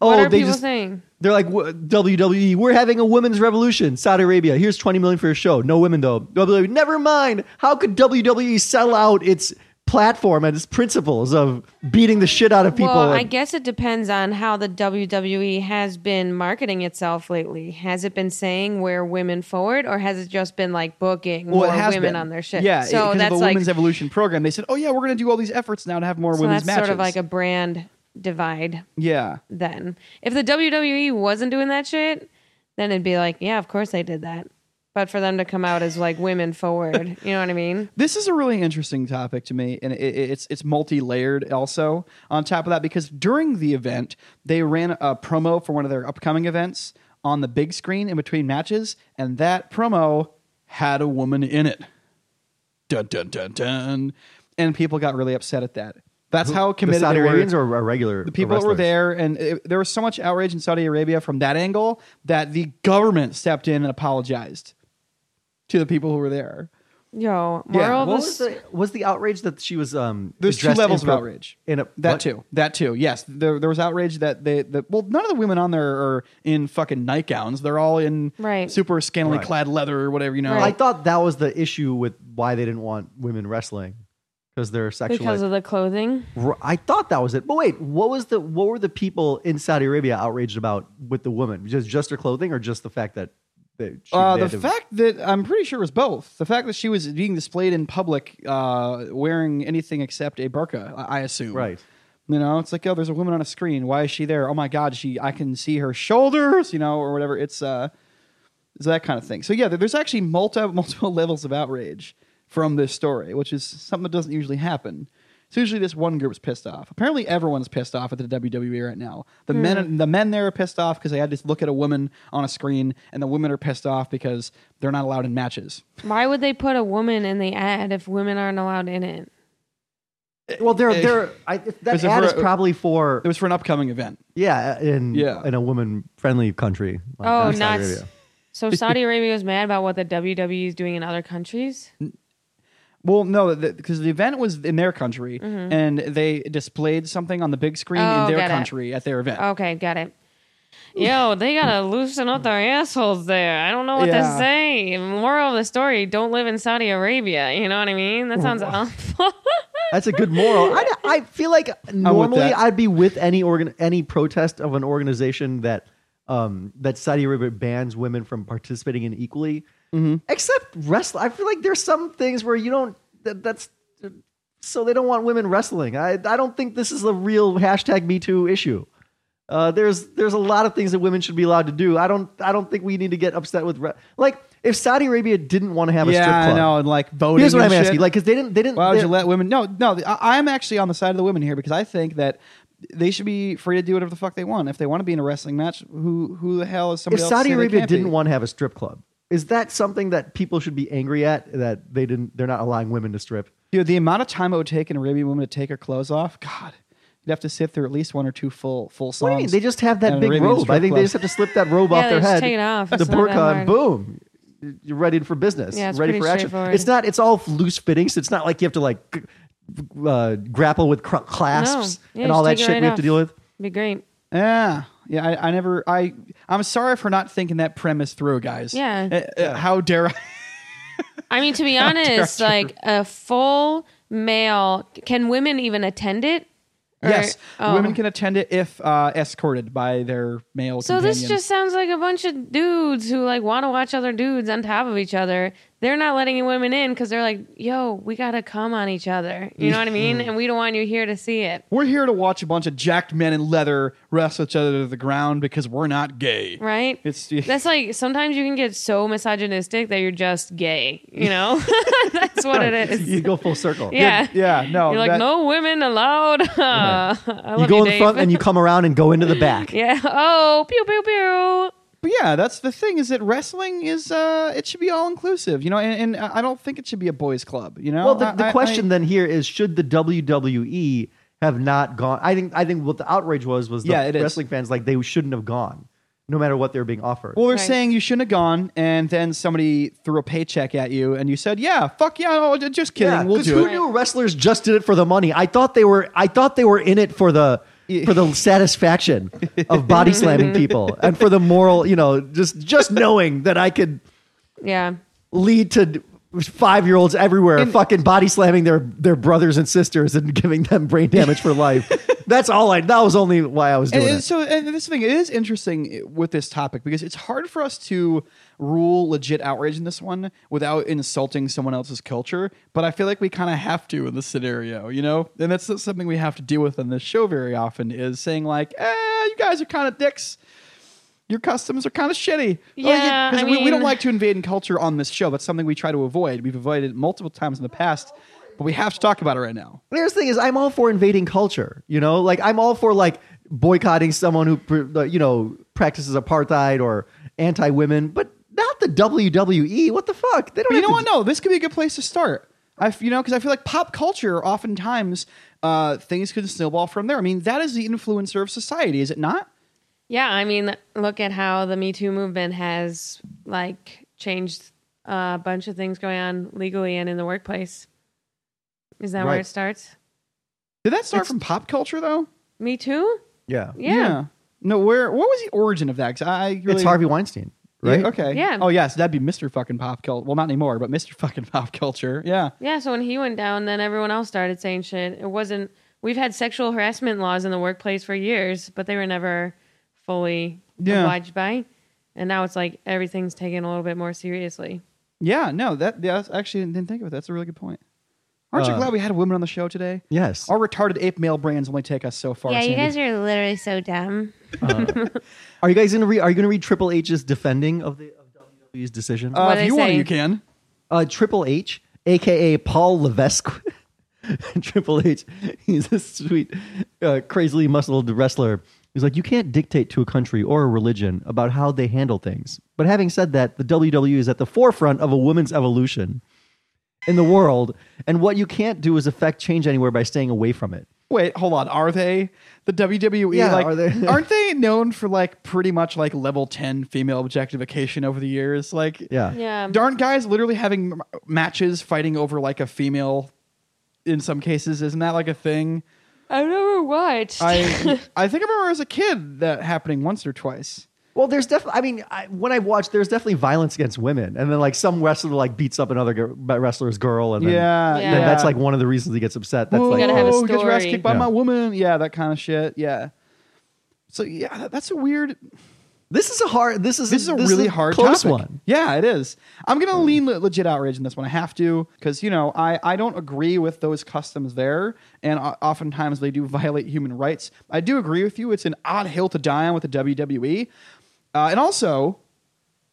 [SPEAKER 1] oh,
[SPEAKER 3] what are
[SPEAKER 1] they
[SPEAKER 3] people
[SPEAKER 1] just
[SPEAKER 3] saying?
[SPEAKER 1] they're like "W- WWE. We're having a women's revolution. Saudi Arabia. Here's E, 20 million for a show. No women though. WWE. Never mind. How could WWE E sell out its platform and its principles of beating the shit out of people.
[SPEAKER 3] Well,
[SPEAKER 1] and-
[SPEAKER 3] I guess it depends on how the WWE has been marketing itself lately. Has it been saying we're women forward, or has it just been like booking
[SPEAKER 2] Well, it
[SPEAKER 3] more
[SPEAKER 2] has
[SPEAKER 3] women
[SPEAKER 2] been.
[SPEAKER 3] on their shit?
[SPEAKER 2] Yeah,
[SPEAKER 3] so
[SPEAKER 2] because
[SPEAKER 3] that's
[SPEAKER 2] of the
[SPEAKER 3] like
[SPEAKER 2] women's evolution program. They said, "Oh yeah, we're going to do all these efforts now to have more
[SPEAKER 3] so
[SPEAKER 2] women's
[SPEAKER 3] that's
[SPEAKER 2] matches."
[SPEAKER 3] sort of like a brand divide.
[SPEAKER 2] yeah,
[SPEAKER 3] Then, if the WWE wasn't doing that shit, then it'd be like, yeah, of course they did that. But for them to come out as like women forward, you know what I mean?
[SPEAKER 2] This is a really interesting topic to me, and it, it- it's it's multi-layered also. On top of that, because during the event, they ran a promo for one of their upcoming events on the big screen in between matches, and that promo had a woman in it. Dun dun dun dun, and people got really upset at that. That's how
[SPEAKER 1] the
[SPEAKER 2] committed
[SPEAKER 1] Saudi
[SPEAKER 2] they were.
[SPEAKER 1] Arabians or a regular
[SPEAKER 2] the people that were
[SPEAKER 1] wrestlers?
[SPEAKER 2] there, and it, there was so much outrage in Saudi Arabia from that angle that the government stepped in and apologized to the people who were there.
[SPEAKER 3] Yo, moral
[SPEAKER 2] Yeah,
[SPEAKER 3] of
[SPEAKER 1] What
[SPEAKER 3] the
[SPEAKER 1] was the, was the outrage that she was? Um,
[SPEAKER 2] There's two
[SPEAKER 1] dressed
[SPEAKER 2] levels
[SPEAKER 1] in
[SPEAKER 2] of
[SPEAKER 1] pro-
[SPEAKER 2] outrage.
[SPEAKER 1] In a,
[SPEAKER 2] That
[SPEAKER 1] what?
[SPEAKER 2] too. That too. Yes, there there was outrage that they that well, none of the women on there are in fucking nightgowns. They're all in
[SPEAKER 3] Right.
[SPEAKER 2] super scantily
[SPEAKER 1] Right.
[SPEAKER 2] clad leather or whatever. You know,
[SPEAKER 1] I
[SPEAKER 3] Right.
[SPEAKER 1] thought that was the issue with why they didn't want women wrestling because they're sexually.
[SPEAKER 3] because of the clothing.
[SPEAKER 1] R- I thought that was it. But wait, what was the what were the people in Saudi Arabia outraged about with the woman? Just just her clothing, or just the fact that that she
[SPEAKER 2] Uh,
[SPEAKER 1] they
[SPEAKER 2] the
[SPEAKER 1] had to-
[SPEAKER 2] fact that I'm pretty sure it was both. The fact that she was being displayed in public, uh, wearing anything except a burqa, I I assume.
[SPEAKER 1] Right.
[SPEAKER 2] You know, it's like, oh, there's a woman on a screen. Why is she there? Oh my God, she I can see her shoulders. You know, or whatever. It's uh, it's that kind of thing. So yeah, there- there's actually multi multiple levels of outrage from this story, which is something that doesn't usually happen. It's usually this one group's pissed off. Apparently, everyone's pissed off at the WWE right now.
[SPEAKER 3] Hmm.
[SPEAKER 2] The men, the men there are pissed off because they had to look at a woman on a screen, and the women are pissed off because they're not allowed in matches.
[SPEAKER 3] Why would they put a woman in the ad if women aren't allowed in it?
[SPEAKER 1] Well, they're
[SPEAKER 2] eh,
[SPEAKER 1] they're I,
[SPEAKER 2] was
[SPEAKER 1] that
[SPEAKER 2] a
[SPEAKER 1] ad
[SPEAKER 2] ver-
[SPEAKER 1] is probably for
[SPEAKER 2] It was for an upcoming event.
[SPEAKER 1] yeah in
[SPEAKER 2] Yeah.
[SPEAKER 1] in a woman friendly country. like
[SPEAKER 3] Oh,
[SPEAKER 1] Saudi
[SPEAKER 3] nuts.
[SPEAKER 1] Arabia.
[SPEAKER 3] So Saudi Arabia is mad about what the WWE is doing in other countries.
[SPEAKER 2] Well, no, because the event was in their country, and they displayed something on the big screen
[SPEAKER 3] Mm-hmm. Oh,
[SPEAKER 2] in their
[SPEAKER 3] got it. Oh.
[SPEAKER 2] country at their event.
[SPEAKER 3] Okay, got it. Yo, they gotta loosen up their assholes there. I don't know what
[SPEAKER 2] Yeah.
[SPEAKER 3] to say. Moral of the story: Don't live in Saudi Arabia. You know what I mean? That sounds awful.
[SPEAKER 1] That's a good moral. I, I feel like normally
[SPEAKER 2] that.
[SPEAKER 1] I'd be with any organ any protest of an organization that um that Saudi Arabia bans women from participating in equally,
[SPEAKER 2] Mm-hmm.
[SPEAKER 1] except wrestling. I feel like there's some things where you don't. That, that's so they don't want women wrestling. I I don't think this is a real hashtag Me Too issue. Uh, there's there's a lot of things that women should be allowed to do. I don't I don't think we need to get upset with re- like if Saudi Arabia didn't want to have a strip
[SPEAKER 2] Yeah,
[SPEAKER 1] club.
[SPEAKER 2] I know, and like voting.
[SPEAKER 1] Here's what I'm
[SPEAKER 2] and shit.
[SPEAKER 1] asking, like, because they didn't they didn't.
[SPEAKER 2] Why
[SPEAKER 1] they-
[SPEAKER 2] would you let women? No, no. I, I'm actually on the side of the women here because I think that they should be free to do whatever the fuck they want. If they want to be in a wrestling match, who who the hell is somebody
[SPEAKER 1] if
[SPEAKER 2] else?
[SPEAKER 1] Saudi Arabia didn't
[SPEAKER 2] want,
[SPEAKER 1] want to have a strip club, is that something that people should be angry at that they didn't? They're not allowing women to strip.
[SPEAKER 2] dude, the amount of time it would take an Arabian woman to take her clothes off, God, you'd have to sit through at least one or two full full songs.
[SPEAKER 1] What do you mean? They just have that
[SPEAKER 2] An
[SPEAKER 1] big
[SPEAKER 2] Arabian
[SPEAKER 1] robe.
[SPEAKER 2] strip
[SPEAKER 1] I think
[SPEAKER 2] club.
[SPEAKER 1] they just have to slip that robe
[SPEAKER 3] Yeah,
[SPEAKER 1] off
[SPEAKER 3] they
[SPEAKER 1] their
[SPEAKER 3] just
[SPEAKER 1] head,
[SPEAKER 3] take it off.
[SPEAKER 1] the
[SPEAKER 3] It's not that
[SPEAKER 1] burqa, and
[SPEAKER 3] hard.
[SPEAKER 1] boom, you're ready for business.
[SPEAKER 3] Yeah, it's
[SPEAKER 1] ready
[SPEAKER 3] pretty
[SPEAKER 1] for action.
[SPEAKER 3] straightforward.
[SPEAKER 1] It's not. It's all loose fittings. It's not like you have to like uh, grapple with cr- clasps
[SPEAKER 3] No. Yeah,
[SPEAKER 1] and
[SPEAKER 3] just
[SPEAKER 1] all that
[SPEAKER 3] take it
[SPEAKER 1] shit
[SPEAKER 3] right
[SPEAKER 1] we have
[SPEAKER 3] off.
[SPEAKER 1] to deal with.
[SPEAKER 3] Be great.
[SPEAKER 2] Yeah, yeah. I, I never. I I'm sorry for not thinking that premise through, guys.
[SPEAKER 3] Yeah.
[SPEAKER 2] Uh, uh, how dare I?
[SPEAKER 3] I mean, to be honest,
[SPEAKER 2] dare you.
[SPEAKER 3] like a full male, can women even attend it? Or-
[SPEAKER 2] yes,
[SPEAKER 3] oh.
[SPEAKER 2] women can attend it if uh, escorted by their male.
[SPEAKER 3] So this
[SPEAKER 2] companion.
[SPEAKER 3] just sounds like a bunch of dudes who like want to watch other dudes on top of each other. They're not letting women in because they're like, "Yo, we gotta come on each other." You know what I mean? And we don't want you here to see it.
[SPEAKER 2] We're here to watch a bunch of jacked men in leather wrestle each other to the ground because we're not gay.
[SPEAKER 3] Right?
[SPEAKER 2] It's-
[SPEAKER 3] that's like sometimes you can get so misogynistic that you're just gay. You know, that's what it is.
[SPEAKER 1] You go full circle.
[SPEAKER 3] yeah,
[SPEAKER 2] Yeah, no.
[SPEAKER 3] You're like
[SPEAKER 2] that-
[SPEAKER 3] no women allowed. I love
[SPEAKER 1] You go in
[SPEAKER 3] Dave.
[SPEAKER 1] front and you come around and go into the back.
[SPEAKER 3] yeah. Oh, pew pew pew.
[SPEAKER 2] But yeah, that's the thing is that wrestling is uh it should be all inclusive, you know, and, and I don't think it should be a boys club, you know.
[SPEAKER 1] Well, the,
[SPEAKER 2] I-
[SPEAKER 1] the
[SPEAKER 2] I-
[SPEAKER 1] question
[SPEAKER 2] I-
[SPEAKER 1] then here is: Should the WWE have not gone? I think I think what the outrage was was the
[SPEAKER 2] Yeah, it is.
[SPEAKER 1] wrestling fans like they shouldn't have gone, no matter what they were being offered.
[SPEAKER 2] well, they're
[SPEAKER 3] Right.
[SPEAKER 2] saying you shouldn't have gone, and then somebody threw a paycheck at you, and you said, "Yeah, fuck yeah, no, j- just kidding,
[SPEAKER 1] yeah,
[SPEAKER 2] we'll
[SPEAKER 1] 'cause
[SPEAKER 2] do
[SPEAKER 1] who
[SPEAKER 2] it."
[SPEAKER 1] knew wrestlers just did it for the money? I thought they were I thought they were in it for the for the satisfaction of body slamming people and for the moral, you know, just just knowing that I could
[SPEAKER 3] Yeah.
[SPEAKER 1] lead to five year olds everywhere are fucking body slamming their their brothers and sisters and giving them brain damage for life. That's all I. That was only why I was
[SPEAKER 2] And,
[SPEAKER 1] doing
[SPEAKER 2] and
[SPEAKER 1] it.
[SPEAKER 2] so, and this thing it is interesting with this topic because it's hard for us to rule legit outrage in this one without insulting someone else's culture. But I feel like we kind of have to in this scenario, you know. And that's something we have to deal with on this show very often is saying like, "Eh, you guys are kind of dicks." Your customs are kind of shitty.
[SPEAKER 3] Yeah,
[SPEAKER 2] because
[SPEAKER 3] I
[SPEAKER 2] we, we don't
[SPEAKER 3] mean-
[SPEAKER 2] like to invade in culture on this show. That's something we try to avoid. We've avoided it multiple times in the past, but we have to talk about it right now.
[SPEAKER 1] Here's the thing: is I'm all for invading culture. You know, like I'm all for like boycotting someone who pr- uh, you know practices apartheid or anti women, but not the WWE. What the fuck? They don't.
[SPEAKER 2] But you
[SPEAKER 1] have
[SPEAKER 2] know
[SPEAKER 1] to
[SPEAKER 2] what? No, this could be a good place to start. I, f- you know, because I feel like pop culture, oftentimes, uh, things can snowball from there. I mean, that is the influencer of society, is it not?
[SPEAKER 3] Yeah, I mean, look at how the Me Too movement has like changed a bunch of things going on legally and in the workplace. Is that where
[SPEAKER 1] Right.
[SPEAKER 3] it starts?
[SPEAKER 2] Did that start from pop culture, though?
[SPEAKER 3] Me Too?
[SPEAKER 1] Yeah.
[SPEAKER 3] Yeah.
[SPEAKER 2] No, where? What was the origin of that? 'Cause I really,
[SPEAKER 1] It's Harvey Weinstein,
[SPEAKER 2] Yeah,
[SPEAKER 1] right?
[SPEAKER 2] okay.
[SPEAKER 3] Yeah.
[SPEAKER 2] Oh yes, that'd be Mr. Fucking Pop Culture. Well, not anymore, but Mr. Fucking Pop Culture. Yeah.
[SPEAKER 3] Yeah, so when he went down, then everyone else started saying shit. It wasn't, we've had sexual harassment laws in the workplace for years, but they were never fully
[SPEAKER 2] Yeah.
[SPEAKER 3] obliged by. And now it's like everything's taken a little bit more seriously.
[SPEAKER 2] Yeah. No, that. Yeah, that's- actually I didn't think of it. That's a really good point. Aren't you
[SPEAKER 1] Uh,
[SPEAKER 2] glad we had a woman on the show today?
[SPEAKER 1] Yes.
[SPEAKER 2] Our retarded ape male brains only take us so far. Sandy.
[SPEAKER 3] are literally so dumb.
[SPEAKER 1] Are you guys gonna read? Are you gonna read Triple H's defending of the of WWE's decision?
[SPEAKER 2] Uh,
[SPEAKER 3] What'd
[SPEAKER 2] if
[SPEAKER 3] I
[SPEAKER 2] you want,
[SPEAKER 3] say?
[SPEAKER 2] to, you can.
[SPEAKER 1] uh, Triple H, aka Paul Levesque. Triple H, he's a sweet, uh, crazily muscled wrestler. He's like, you can't dictate to a country or a religion about how they handle things. But having said that, the WWE is at the forefront of a woman's evolution in the world, and what you can't do is affect change anywhere by staying away from it.
[SPEAKER 2] Wait, hold on. Are they the WWE?
[SPEAKER 1] Yeah,
[SPEAKER 2] like,
[SPEAKER 1] are they-
[SPEAKER 2] aren't they known for like pretty much like level ten female objectification over the years? Like,
[SPEAKER 1] Yeah,
[SPEAKER 3] Yeah.
[SPEAKER 2] darn guys, literally having m- matches fighting over like a female. In some cases, isn't that like a thing?
[SPEAKER 3] I remember what.
[SPEAKER 2] I I think I remember as a kid that happening once or twice.
[SPEAKER 1] Well, there's definitely. I mean, I, when I watched, there's definitely violence against women, and then like some wrestler like beats up another gir- wrestler's girl, and then,
[SPEAKER 2] yeah,
[SPEAKER 3] Yeah.
[SPEAKER 1] then that's like one of the reasons he gets upset. That's
[SPEAKER 2] Whoa,
[SPEAKER 1] like oh,
[SPEAKER 3] gotta have a
[SPEAKER 2] Get your ass
[SPEAKER 3] story.
[SPEAKER 2] kicked by
[SPEAKER 1] Yeah.
[SPEAKER 2] my woman. Yeah, that kind of shit. Yeah. So yeah, that- that's a weird.
[SPEAKER 1] This is a hard. This is
[SPEAKER 2] this is a
[SPEAKER 1] this
[SPEAKER 2] really hard
[SPEAKER 1] close
[SPEAKER 2] topic.
[SPEAKER 1] one.
[SPEAKER 2] Yeah, it is. I'm gonna lean le- legit outrage in this one. I have to because you know I I don't agree with those customs there, and o- oftentimes they do violate human rights. I do agree with you. It's an odd hill to die on with the WWE, uh, and also.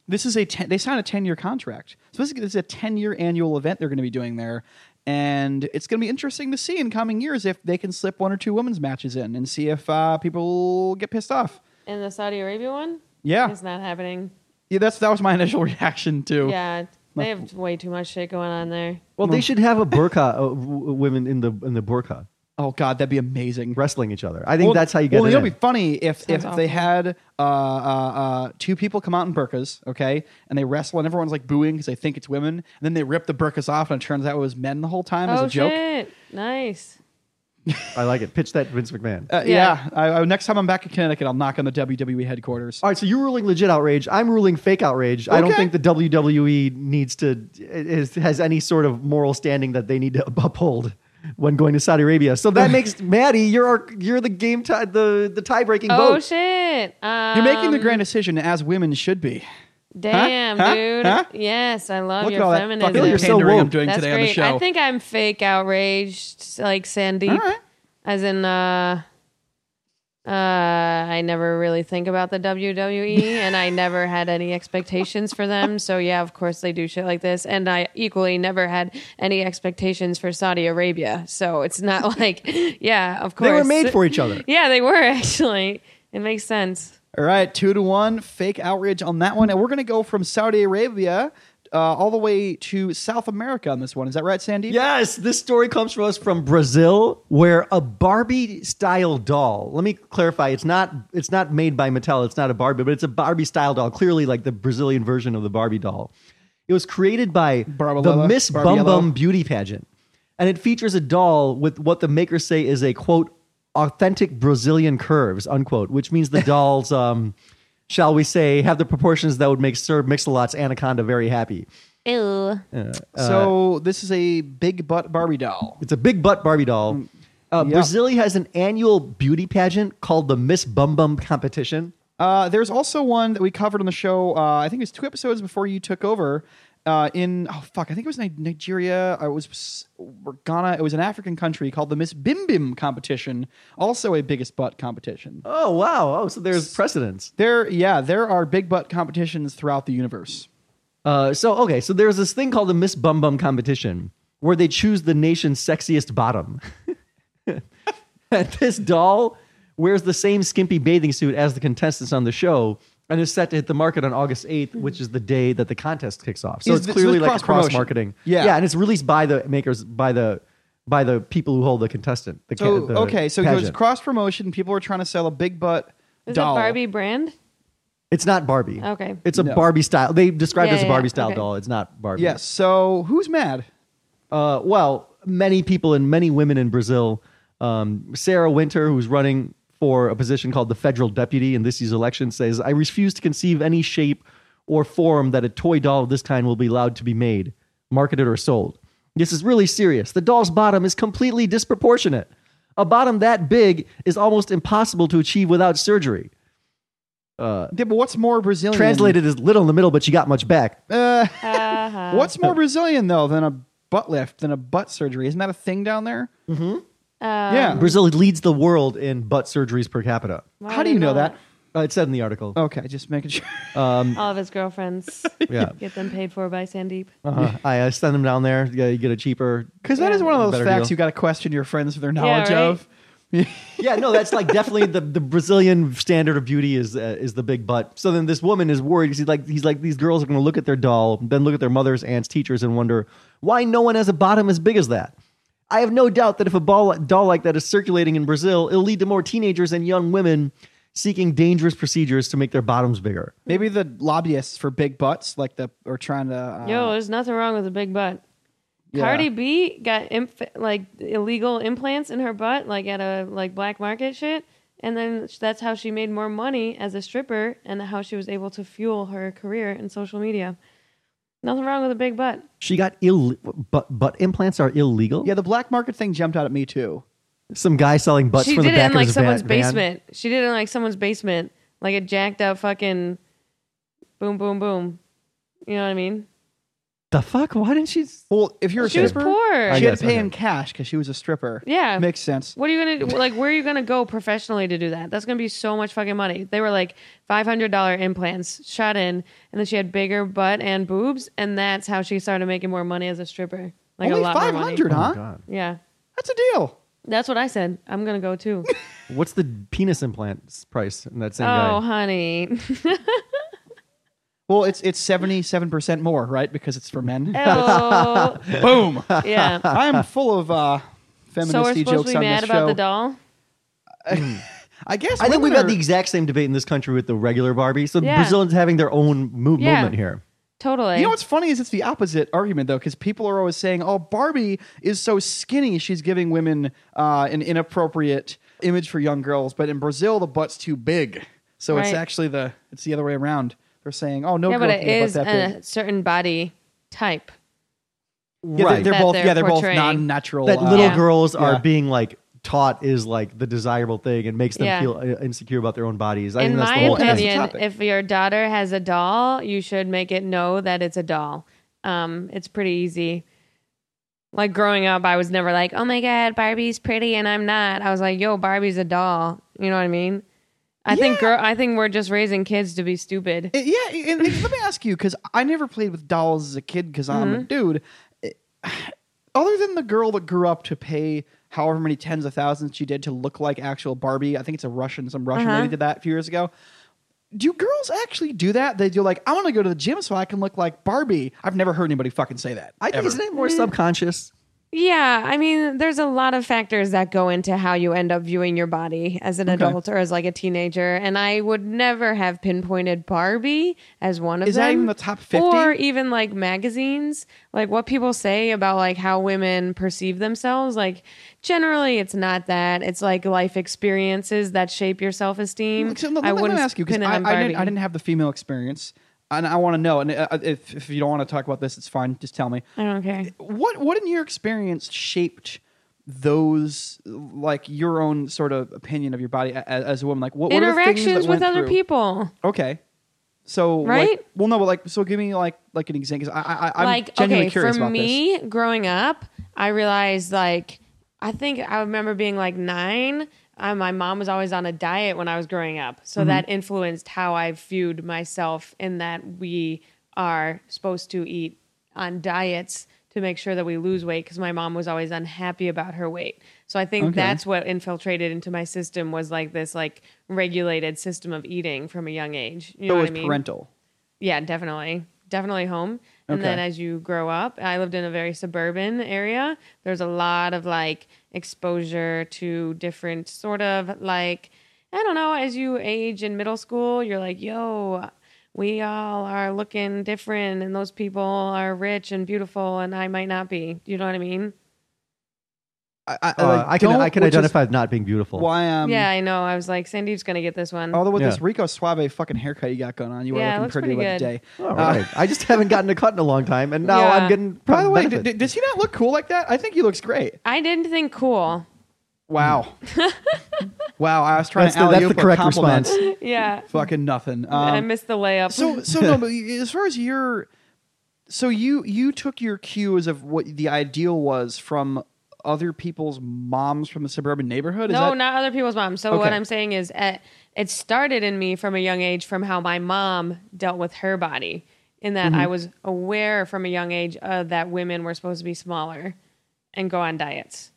[SPEAKER 2] This is a ten, they signed a ten year contract, so this is, this is a ten year annual event they're going to be doing there, and it's going to be interesting to see in coming years if they can slip one or two women's matches in and see if uh, people get pissed off.
[SPEAKER 3] and the Saudi Arabia one?
[SPEAKER 2] Yeah.
[SPEAKER 3] It's not happening.
[SPEAKER 2] Yeah, that's that was my initial reaction too.
[SPEAKER 3] Yeah. They have way too much shit going on there.
[SPEAKER 1] Well, they should have a burqa uh, w- women in the in the burqa
[SPEAKER 2] Oh God, that'd be amazing.
[SPEAKER 1] wrestling each other. I think
[SPEAKER 2] Well,
[SPEAKER 1] that's how you get
[SPEAKER 2] Well,
[SPEAKER 1] it.
[SPEAKER 2] it'll
[SPEAKER 1] in.
[SPEAKER 2] be funny if if
[SPEAKER 3] Sounds
[SPEAKER 2] they
[SPEAKER 3] awful.
[SPEAKER 2] had uh, uh, uh, two people come out in burqas, okay, and they wrestle, and everyone's like booing because they think it's women, and then they rip the burqas off, and it turns out it was men the whole time as
[SPEAKER 3] oh,
[SPEAKER 2] a joke.
[SPEAKER 3] shit. Nice.
[SPEAKER 1] I like it. Pitch that Vince McMahon.
[SPEAKER 2] Uh, yeah,
[SPEAKER 3] Yeah.
[SPEAKER 2] I, I, next time I'm back in Connecticut, I'll knock on the WWE headquarters.
[SPEAKER 1] all right, so you're ruling legit outrage. I'm ruling fake outrage. I don't
[SPEAKER 2] Okay.
[SPEAKER 1] think the WWE needs to is, has any sort of moral standing that they need to uphold when going to Saudi Arabia. So that makes Maddie, you're our, you're the game tie the the tie breaking
[SPEAKER 3] Oh,
[SPEAKER 1] vote.
[SPEAKER 3] shit. Um,
[SPEAKER 2] You're making the grand decision as women should be.
[SPEAKER 3] Damn,
[SPEAKER 2] Huh?
[SPEAKER 3] dude.
[SPEAKER 2] Huh?
[SPEAKER 3] Yes, I love
[SPEAKER 2] Look at
[SPEAKER 3] your
[SPEAKER 2] all that
[SPEAKER 3] feminism.
[SPEAKER 2] fucking
[SPEAKER 1] You're so
[SPEAKER 2] pandering I'm
[SPEAKER 1] woke.
[SPEAKER 2] doing
[SPEAKER 3] That's
[SPEAKER 2] today
[SPEAKER 3] great.
[SPEAKER 2] on the show.
[SPEAKER 3] I think I'm fake outraged, like Sandeep,
[SPEAKER 2] All right.
[SPEAKER 3] as in, uh, uh, I never really think about the WWE, and I never had any expectations for them. So yeah, of course they do shit like this, and I equally never had any expectations for Saudi Arabia. So it's not like, yeah, of course
[SPEAKER 1] They were made for each other.
[SPEAKER 3] Yeah, they were actually. It makes sense.
[SPEAKER 2] All right, two to one, fake outrage on that one. And we're going to go from Saudi Arabia uh, all the way to South America on this one. Is that right, Sandy?
[SPEAKER 1] Yes, this story comes to us from Brazil, where a Barbie style doll. Let me clarify: it's not it's not made by Mattel. It's not a Barbie, but it's a Barbie style doll. Clearly, like the Brazilian version of the Barbie doll. It was created by the
[SPEAKER 2] Barbarella,
[SPEAKER 1] Miss Bum
[SPEAKER 2] Barbiello.
[SPEAKER 1] Bum Beauty Pageant, and it features a doll with what the makers say is a quote authentic Brazilian curves unquote, which means the doll's um, shall we say have the proportions that would make Sir Mix-a-Lot's Anaconda very happy.
[SPEAKER 3] Ew.
[SPEAKER 1] Uh, uh,
[SPEAKER 2] So this is a big butt Barbie doll.
[SPEAKER 1] it's a big butt Barbie doll. Uh,
[SPEAKER 2] yeah.
[SPEAKER 1] Brasilia has an annual beauty pageant called the Miss Bum Bum competition.
[SPEAKER 2] Uh, there's also one that we covered on the show. Uh, I think it was two episodes before you took over. Uh, in oh fuck, I think it was Ni- Nigeria. I was s- or Ghana. It was an African country called the Miss Bim Bim competition, also a biggest butt competition.
[SPEAKER 1] Oh wow! Oh, so there's precedence.
[SPEAKER 2] There, yeah, there are big butt competitions throughout the universe.
[SPEAKER 1] Uh, so okay, so there's this thing called the Miss Bum Bum competition where they choose the nation's sexiest bottom. and this doll wears the same skimpy bathing suit as the contestants on the show and is set to hit the market on August 8th, which is the day that the contest kicks off. So
[SPEAKER 2] Is
[SPEAKER 1] it's
[SPEAKER 2] this- so
[SPEAKER 1] clearly
[SPEAKER 2] it's
[SPEAKER 1] like
[SPEAKER 2] cross-promotion.
[SPEAKER 1] cross marketing.
[SPEAKER 2] Yeah.
[SPEAKER 1] yeah, and it's released by the makers by the by the people who hold the contestant. The, ca-
[SPEAKER 2] So
[SPEAKER 1] the
[SPEAKER 2] Oh, okay, so it was
[SPEAKER 1] pageant.
[SPEAKER 2] cross promotion. People were trying to sell a big butt
[SPEAKER 3] Is
[SPEAKER 2] doll.
[SPEAKER 3] it Barbie brand?
[SPEAKER 1] it's not Barbie.
[SPEAKER 3] Okay.
[SPEAKER 1] it's a
[SPEAKER 2] No.
[SPEAKER 1] Barbie style. They described
[SPEAKER 3] Yeah,
[SPEAKER 1] it as a
[SPEAKER 3] yeah, yeah.
[SPEAKER 1] Barbie style
[SPEAKER 3] Okay.
[SPEAKER 1] doll. It's not Barbie.
[SPEAKER 2] Yes. So who's mad?
[SPEAKER 1] uh, well, many people and many women in Brazil. Um, Sarah Winter, who's running for a position called the federal deputy in this year's election, says, I refuse to conceive any shape or form that a toy doll of this kind will be allowed to be made, marketed, or sold. This is really serious. The doll's bottom is completely disproportionate. A bottom that big is almost impossible to achieve without surgery.
[SPEAKER 2] Yeah, but what's more Brazilian?
[SPEAKER 1] Uh,
[SPEAKER 2] Uh,
[SPEAKER 1] Translated as little in the middle, but you got much back.
[SPEAKER 3] Uh-huh.
[SPEAKER 2] What's more Brazilian though than a butt lift than a butt surgery? Isn't that a thing down there?
[SPEAKER 3] Uh,
[SPEAKER 2] yeah.
[SPEAKER 1] Brazil leads the world in butt surgeries per capita.
[SPEAKER 3] Why
[SPEAKER 2] How do
[SPEAKER 3] did
[SPEAKER 2] you know
[SPEAKER 3] not
[SPEAKER 2] that?
[SPEAKER 1] Uh, it said in the article.
[SPEAKER 2] Okay, just making sure.
[SPEAKER 3] All of his girlfriends
[SPEAKER 1] Yeah.
[SPEAKER 3] get them paid for by Sandeep.
[SPEAKER 1] Uh-huh. I uh, send them down there. You gotta get a cheaper.
[SPEAKER 2] Because that is one of those
[SPEAKER 1] Better
[SPEAKER 2] facts
[SPEAKER 1] deal.
[SPEAKER 2] you got to question your friends for their knowledge
[SPEAKER 3] right.
[SPEAKER 2] of.
[SPEAKER 1] Yeah, no, that's like definitely the, the Brazilian standard of beauty is uh, is the big butt. So then this woman is worried. She's like, he's like, these girls are gonna look at their doll, then look at their mothers, aunts, teachers, and wonder why no one has a bottom as big as that. I have no doubt that if a ball, doll like that is circulating in Brazil, it'll lead to more teenagers and young women seeking dangerous procedures to make their bottoms bigger.
[SPEAKER 2] Maybe the lobbyists for big butts, like the, are trying to. Uh,
[SPEAKER 1] Uh-huh.
[SPEAKER 3] Yo, there's nothing wrong with a big butt.
[SPEAKER 2] Yeah.
[SPEAKER 3] Cardi B got imp- like illegal implants in her butt, like at a like black market shit, and then sh- that's how she made more money as a stripper, and how she was able to fuel her career in social media. Nothing wrong with a big butt.
[SPEAKER 1] She got ill, but butt implants are illegal.
[SPEAKER 2] yeah, the black market thing jumped out at me too.
[SPEAKER 1] some guy selling butts
[SPEAKER 3] she
[SPEAKER 1] from
[SPEAKER 3] did
[SPEAKER 1] the
[SPEAKER 3] it
[SPEAKER 1] back
[SPEAKER 3] in
[SPEAKER 1] of
[SPEAKER 3] like
[SPEAKER 1] his
[SPEAKER 3] someone's
[SPEAKER 1] van- van.
[SPEAKER 3] basement. She did it in like someone's basement, like a jacked up fucking boom, boom, boom. You know what I mean?
[SPEAKER 1] The fuck? Why didn't she?
[SPEAKER 2] Well, if you're a
[SPEAKER 3] She was
[SPEAKER 2] stripper,
[SPEAKER 3] poor.
[SPEAKER 1] I
[SPEAKER 2] she had
[SPEAKER 1] guess,
[SPEAKER 2] to pay in
[SPEAKER 1] okay.
[SPEAKER 2] cash because she was a stripper.
[SPEAKER 3] Yeah.
[SPEAKER 2] makes sense.
[SPEAKER 3] What are you gonna do? Like, where are you gonna go professionally to do that? That's gonna be so much fucking money. They were like five hundred dollar implants shot in, and then she had bigger butt and boobs, and that's how she started making more money as a stripper. Like
[SPEAKER 2] Only
[SPEAKER 3] a lot
[SPEAKER 2] five
[SPEAKER 3] more money.
[SPEAKER 2] hundred,
[SPEAKER 1] Oh my
[SPEAKER 2] huh?
[SPEAKER 1] God.
[SPEAKER 3] Yeah,
[SPEAKER 2] That's a deal.
[SPEAKER 3] that's what I said. I'm gonna go too.
[SPEAKER 1] What's the penis implant price in that same
[SPEAKER 3] oh,
[SPEAKER 1] guy?
[SPEAKER 3] honey.
[SPEAKER 2] Well, it's it's seventy seven percent more, right? Because it's for men.
[SPEAKER 3] Oh,
[SPEAKER 2] Boom.
[SPEAKER 3] yeah.
[SPEAKER 2] I am full of uh,
[SPEAKER 3] So we're
[SPEAKER 2] feminist
[SPEAKER 3] supposed
[SPEAKER 2] jokes
[SPEAKER 3] to be
[SPEAKER 2] on
[SPEAKER 3] mad
[SPEAKER 2] this
[SPEAKER 3] about
[SPEAKER 2] show.
[SPEAKER 3] the doll.
[SPEAKER 2] I guess
[SPEAKER 1] I think
[SPEAKER 2] women
[SPEAKER 1] we've had
[SPEAKER 2] are-
[SPEAKER 1] the exact same debate in this country with the regular Barbie. So
[SPEAKER 3] Yeah.
[SPEAKER 1] Brazilians having their own mo-
[SPEAKER 3] Yeah.
[SPEAKER 1] movement here.
[SPEAKER 3] Totally.
[SPEAKER 2] You know what's funny is it's the opposite argument though, because people are always saying, "Oh, Barbie is so skinny; she's giving women uh, an inappropriate image for young girls." But in Brazil, the butt's too big, so it's
[SPEAKER 3] Right.
[SPEAKER 2] actually the it's the other way around. They're saying, "Oh, no,
[SPEAKER 3] yeah,
[SPEAKER 2] girl
[SPEAKER 3] but
[SPEAKER 2] can
[SPEAKER 3] it
[SPEAKER 2] get a butt
[SPEAKER 3] is
[SPEAKER 2] that big."
[SPEAKER 3] a certain body type.
[SPEAKER 2] Yeah,
[SPEAKER 1] right.
[SPEAKER 2] they're,
[SPEAKER 3] That
[SPEAKER 2] they're both
[SPEAKER 3] they're
[SPEAKER 2] yeah, they're both
[SPEAKER 3] portraying.
[SPEAKER 2] non-natural.
[SPEAKER 1] that
[SPEAKER 2] uh,
[SPEAKER 1] little
[SPEAKER 3] Yeah.
[SPEAKER 1] girls are
[SPEAKER 2] Yeah.
[SPEAKER 1] being like taught is like the desirable thing and makes them
[SPEAKER 3] Yeah.
[SPEAKER 1] feel uh, insecure about their own bodies. I
[SPEAKER 3] In
[SPEAKER 1] think that's
[SPEAKER 3] my
[SPEAKER 1] the whole
[SPEAKER 2] and that's the
[SPEAKER 3] opinion,
[SPEAKER 2] topic.
[SPEAKER 3] if your daughter has a doll, you should make it know that it's a doll. Um, it's pretty easy. Like growing up, I was never like, "Oh my god, Barbie's pretty and I'm not." I was like, "Yo, Barbie's a doll." You know what I mean? I think girl, I think we're just raising kids to be stupid.
[SPEAKER 2] It- yeah, and, and let me ask you because I never played with dolls as a kid because I'm
[SPEAKER 1] Mm-hmm.
[SPEAKER 2] a dude. It- other than the girl that grew up to pay however many tens of thousands she did to look like actual Barbie, I think it's a Russian, some Russian
[SPEAKER 3] Uh-huh.
[SPEAKER 1] Mm-hmm.
[SPEAKER 2] lady did that a few years ago. Do girls actually do that? They do like, I want to go to the gym so I can look like Barbie. I've never heard anybody fucking say that.
[SPEAKER 1] I think
[SPEAKER 2] ever.
[SPEAKER 1] isn't it more subconscious?
[SPEAKER 3] Yeah, I mean, there's a lot of factors that go into how you end up viewing your body as an adult or as like a teenager, and I would never have pinpointed Barbie as one of
[SPEAKER 2] Is
[SPEAKER 3] them.
[SPEAKER 2] that even the top 50?
[SPEAKER 3] Or even like magazines, like what people say about like how women perceive themselves. Like generally, it's not that. It's like life experiences that shape your self esteem.
[SPEAKER 2] Mm-hmm. So, no, let, I let me ask you because
[SPEAKER 3] pin it
[SPEAKER 2] I,
[SPEAKER 3] on
[SPEAKER 2] I didn't,
[SPEAKER 3] Barbie.
[SPEAKER 2] I didn't have the female experience. and I want to know. And uh, if if you don't want to talk about this, it's fine. Just tell me.
[SPEAKER 3] I don't care.
[SPEAKER 2] What what in your experience shaped those like your own sort of opinion of your body as, as a woman? Like what what are the things that
[SPEAKER 3] Interactions with
[SPEAKER 2] went
[SPEAKER 3] other
[SPEAKER 2] through?
[SPEAKER 3] people.
[SPEAKER 2] Okay. So like-
[SPEAKER 3] Right?
[SPEAKER 2] well, no, but like so, give me like like an example. 'cause I, I I'm
[SPEAKER 3] like
[SPEAKER 2] genuinely
[SPEAKER 3] okay,
[SPEAKER 2] curious
[SPEAKER 3] for
[SPEAKER 2] about this.
[SPEAKER 3] me growing up, I realized like I think I remember being like nine. I, my mom was always on a diet when I was growing up, so
[SPEAKER 2] Mm-hmm.
[SPEAKER 3] that influenced how I viewed myself. In that we are supposed to eat on diets to make sure that we lose weight because my mom was always unhappy about her weight. So I think
[SPEAKER 2] Okay.
[SPEAKER 3] that's what infiltrated into my system was like this like regulated system of eating from a young age. You
[SPEAKER 2] So
[SPEAKER 3] know
[SPEAKER 2] it
[SPEAKER 3] what
[SPEAKER 2] was
[SPEAKER 3] I mean?
[SPEAKER 2] parental.
[SPEAKER 3] Yeah, definitely. Definitely home. And
[SPEAKER 2] Okay.
[SPEAKER 3] then as you grow up, I lived in a very suburban area. There's a lot of like exposure to different sort of like, I don't know, as you age in middle school, you're like, yo, we all are looking different and those people are rich and beautiful and I might not be. You know what I mean?
[SPEAKER 2] I, I,
[SPEAKER 1] Uh,
[SPEAKER 2] like,
[SPEAKER 1] I can
[SPEAKER 2] don't-
[SPEAKER 1] I can
[SPEAKER 2] which is
[SPEAKER 1] identify with not being beautiful.
[SPEAKER 2] why um Oh.
[SPEAKER 3] yeah, I know. I was like, Sandeep's going to get this one.
[SPEAKER 2] Although with this
[SPEAKER 1] Yeah.
[SPEAKER 2] Rico Suave fucking haircut you got going on, you
[SPEAKER 3] Yeah, it
[SPEAKER 2] are looking
[SPEAKER 3] looks
[SPEAKER 2] pretty,
[SPEAKER 3] pretty
[SPEAKER 2] like
[SPEAKER 3] good.
[SPEAKER 2] day.
[SPEAKER 1] All right. I just haven't gotten a cut in a long time, and now I'm
[SPEAKER 3] Yeah.
[SPEAKER 1] getting.
[SPEAKER 2] By the way, d-
[SPEAKER 1] benefit.
[SPEAKER 2] d- does he not look cool like that? I think he looks great.
[SPEAKER 3] I didn't think cool.
[SPEAKER 2] Wow. wow. I was trying
[SPEAKER 1] That's
[SPEAKER 2] to
[SPEAKER 1] the- that's
[SPEAKER 2] alley-oop
[SPEAKER 1] the
[SPEAKER 2] a
[SPEAKER 1] correct
[SPEAKER 2] compliment.
[SPEAKER 1] response.
[SPEAKER 3] yeah.
[SPEAKER 2] Fucking nothing.
[SPEAKER 3] I
[SPEAKER 2] Um,
[SPEAKER 3] missed the layup.
[SPEAKER 2] so so no, but as far as your, so you you took your cues of what the ideal was from other people's moms from the suburban neighborhood. Is
[SPEAKER 3] no,
[SPEAKER 2] that,
[SPEAKER 3] not other people's moms. So what
[SPEAKER 2] Okay.
[SPEAKER 3] I'm saying is, eh, it started in me from a young age from how my mom dealt with her body. In that
[SPEAKER 2] Mm-hmm.
[SPEAKER 3] I was aware from a young age uh, that women were supposed to be smaller and go on diets.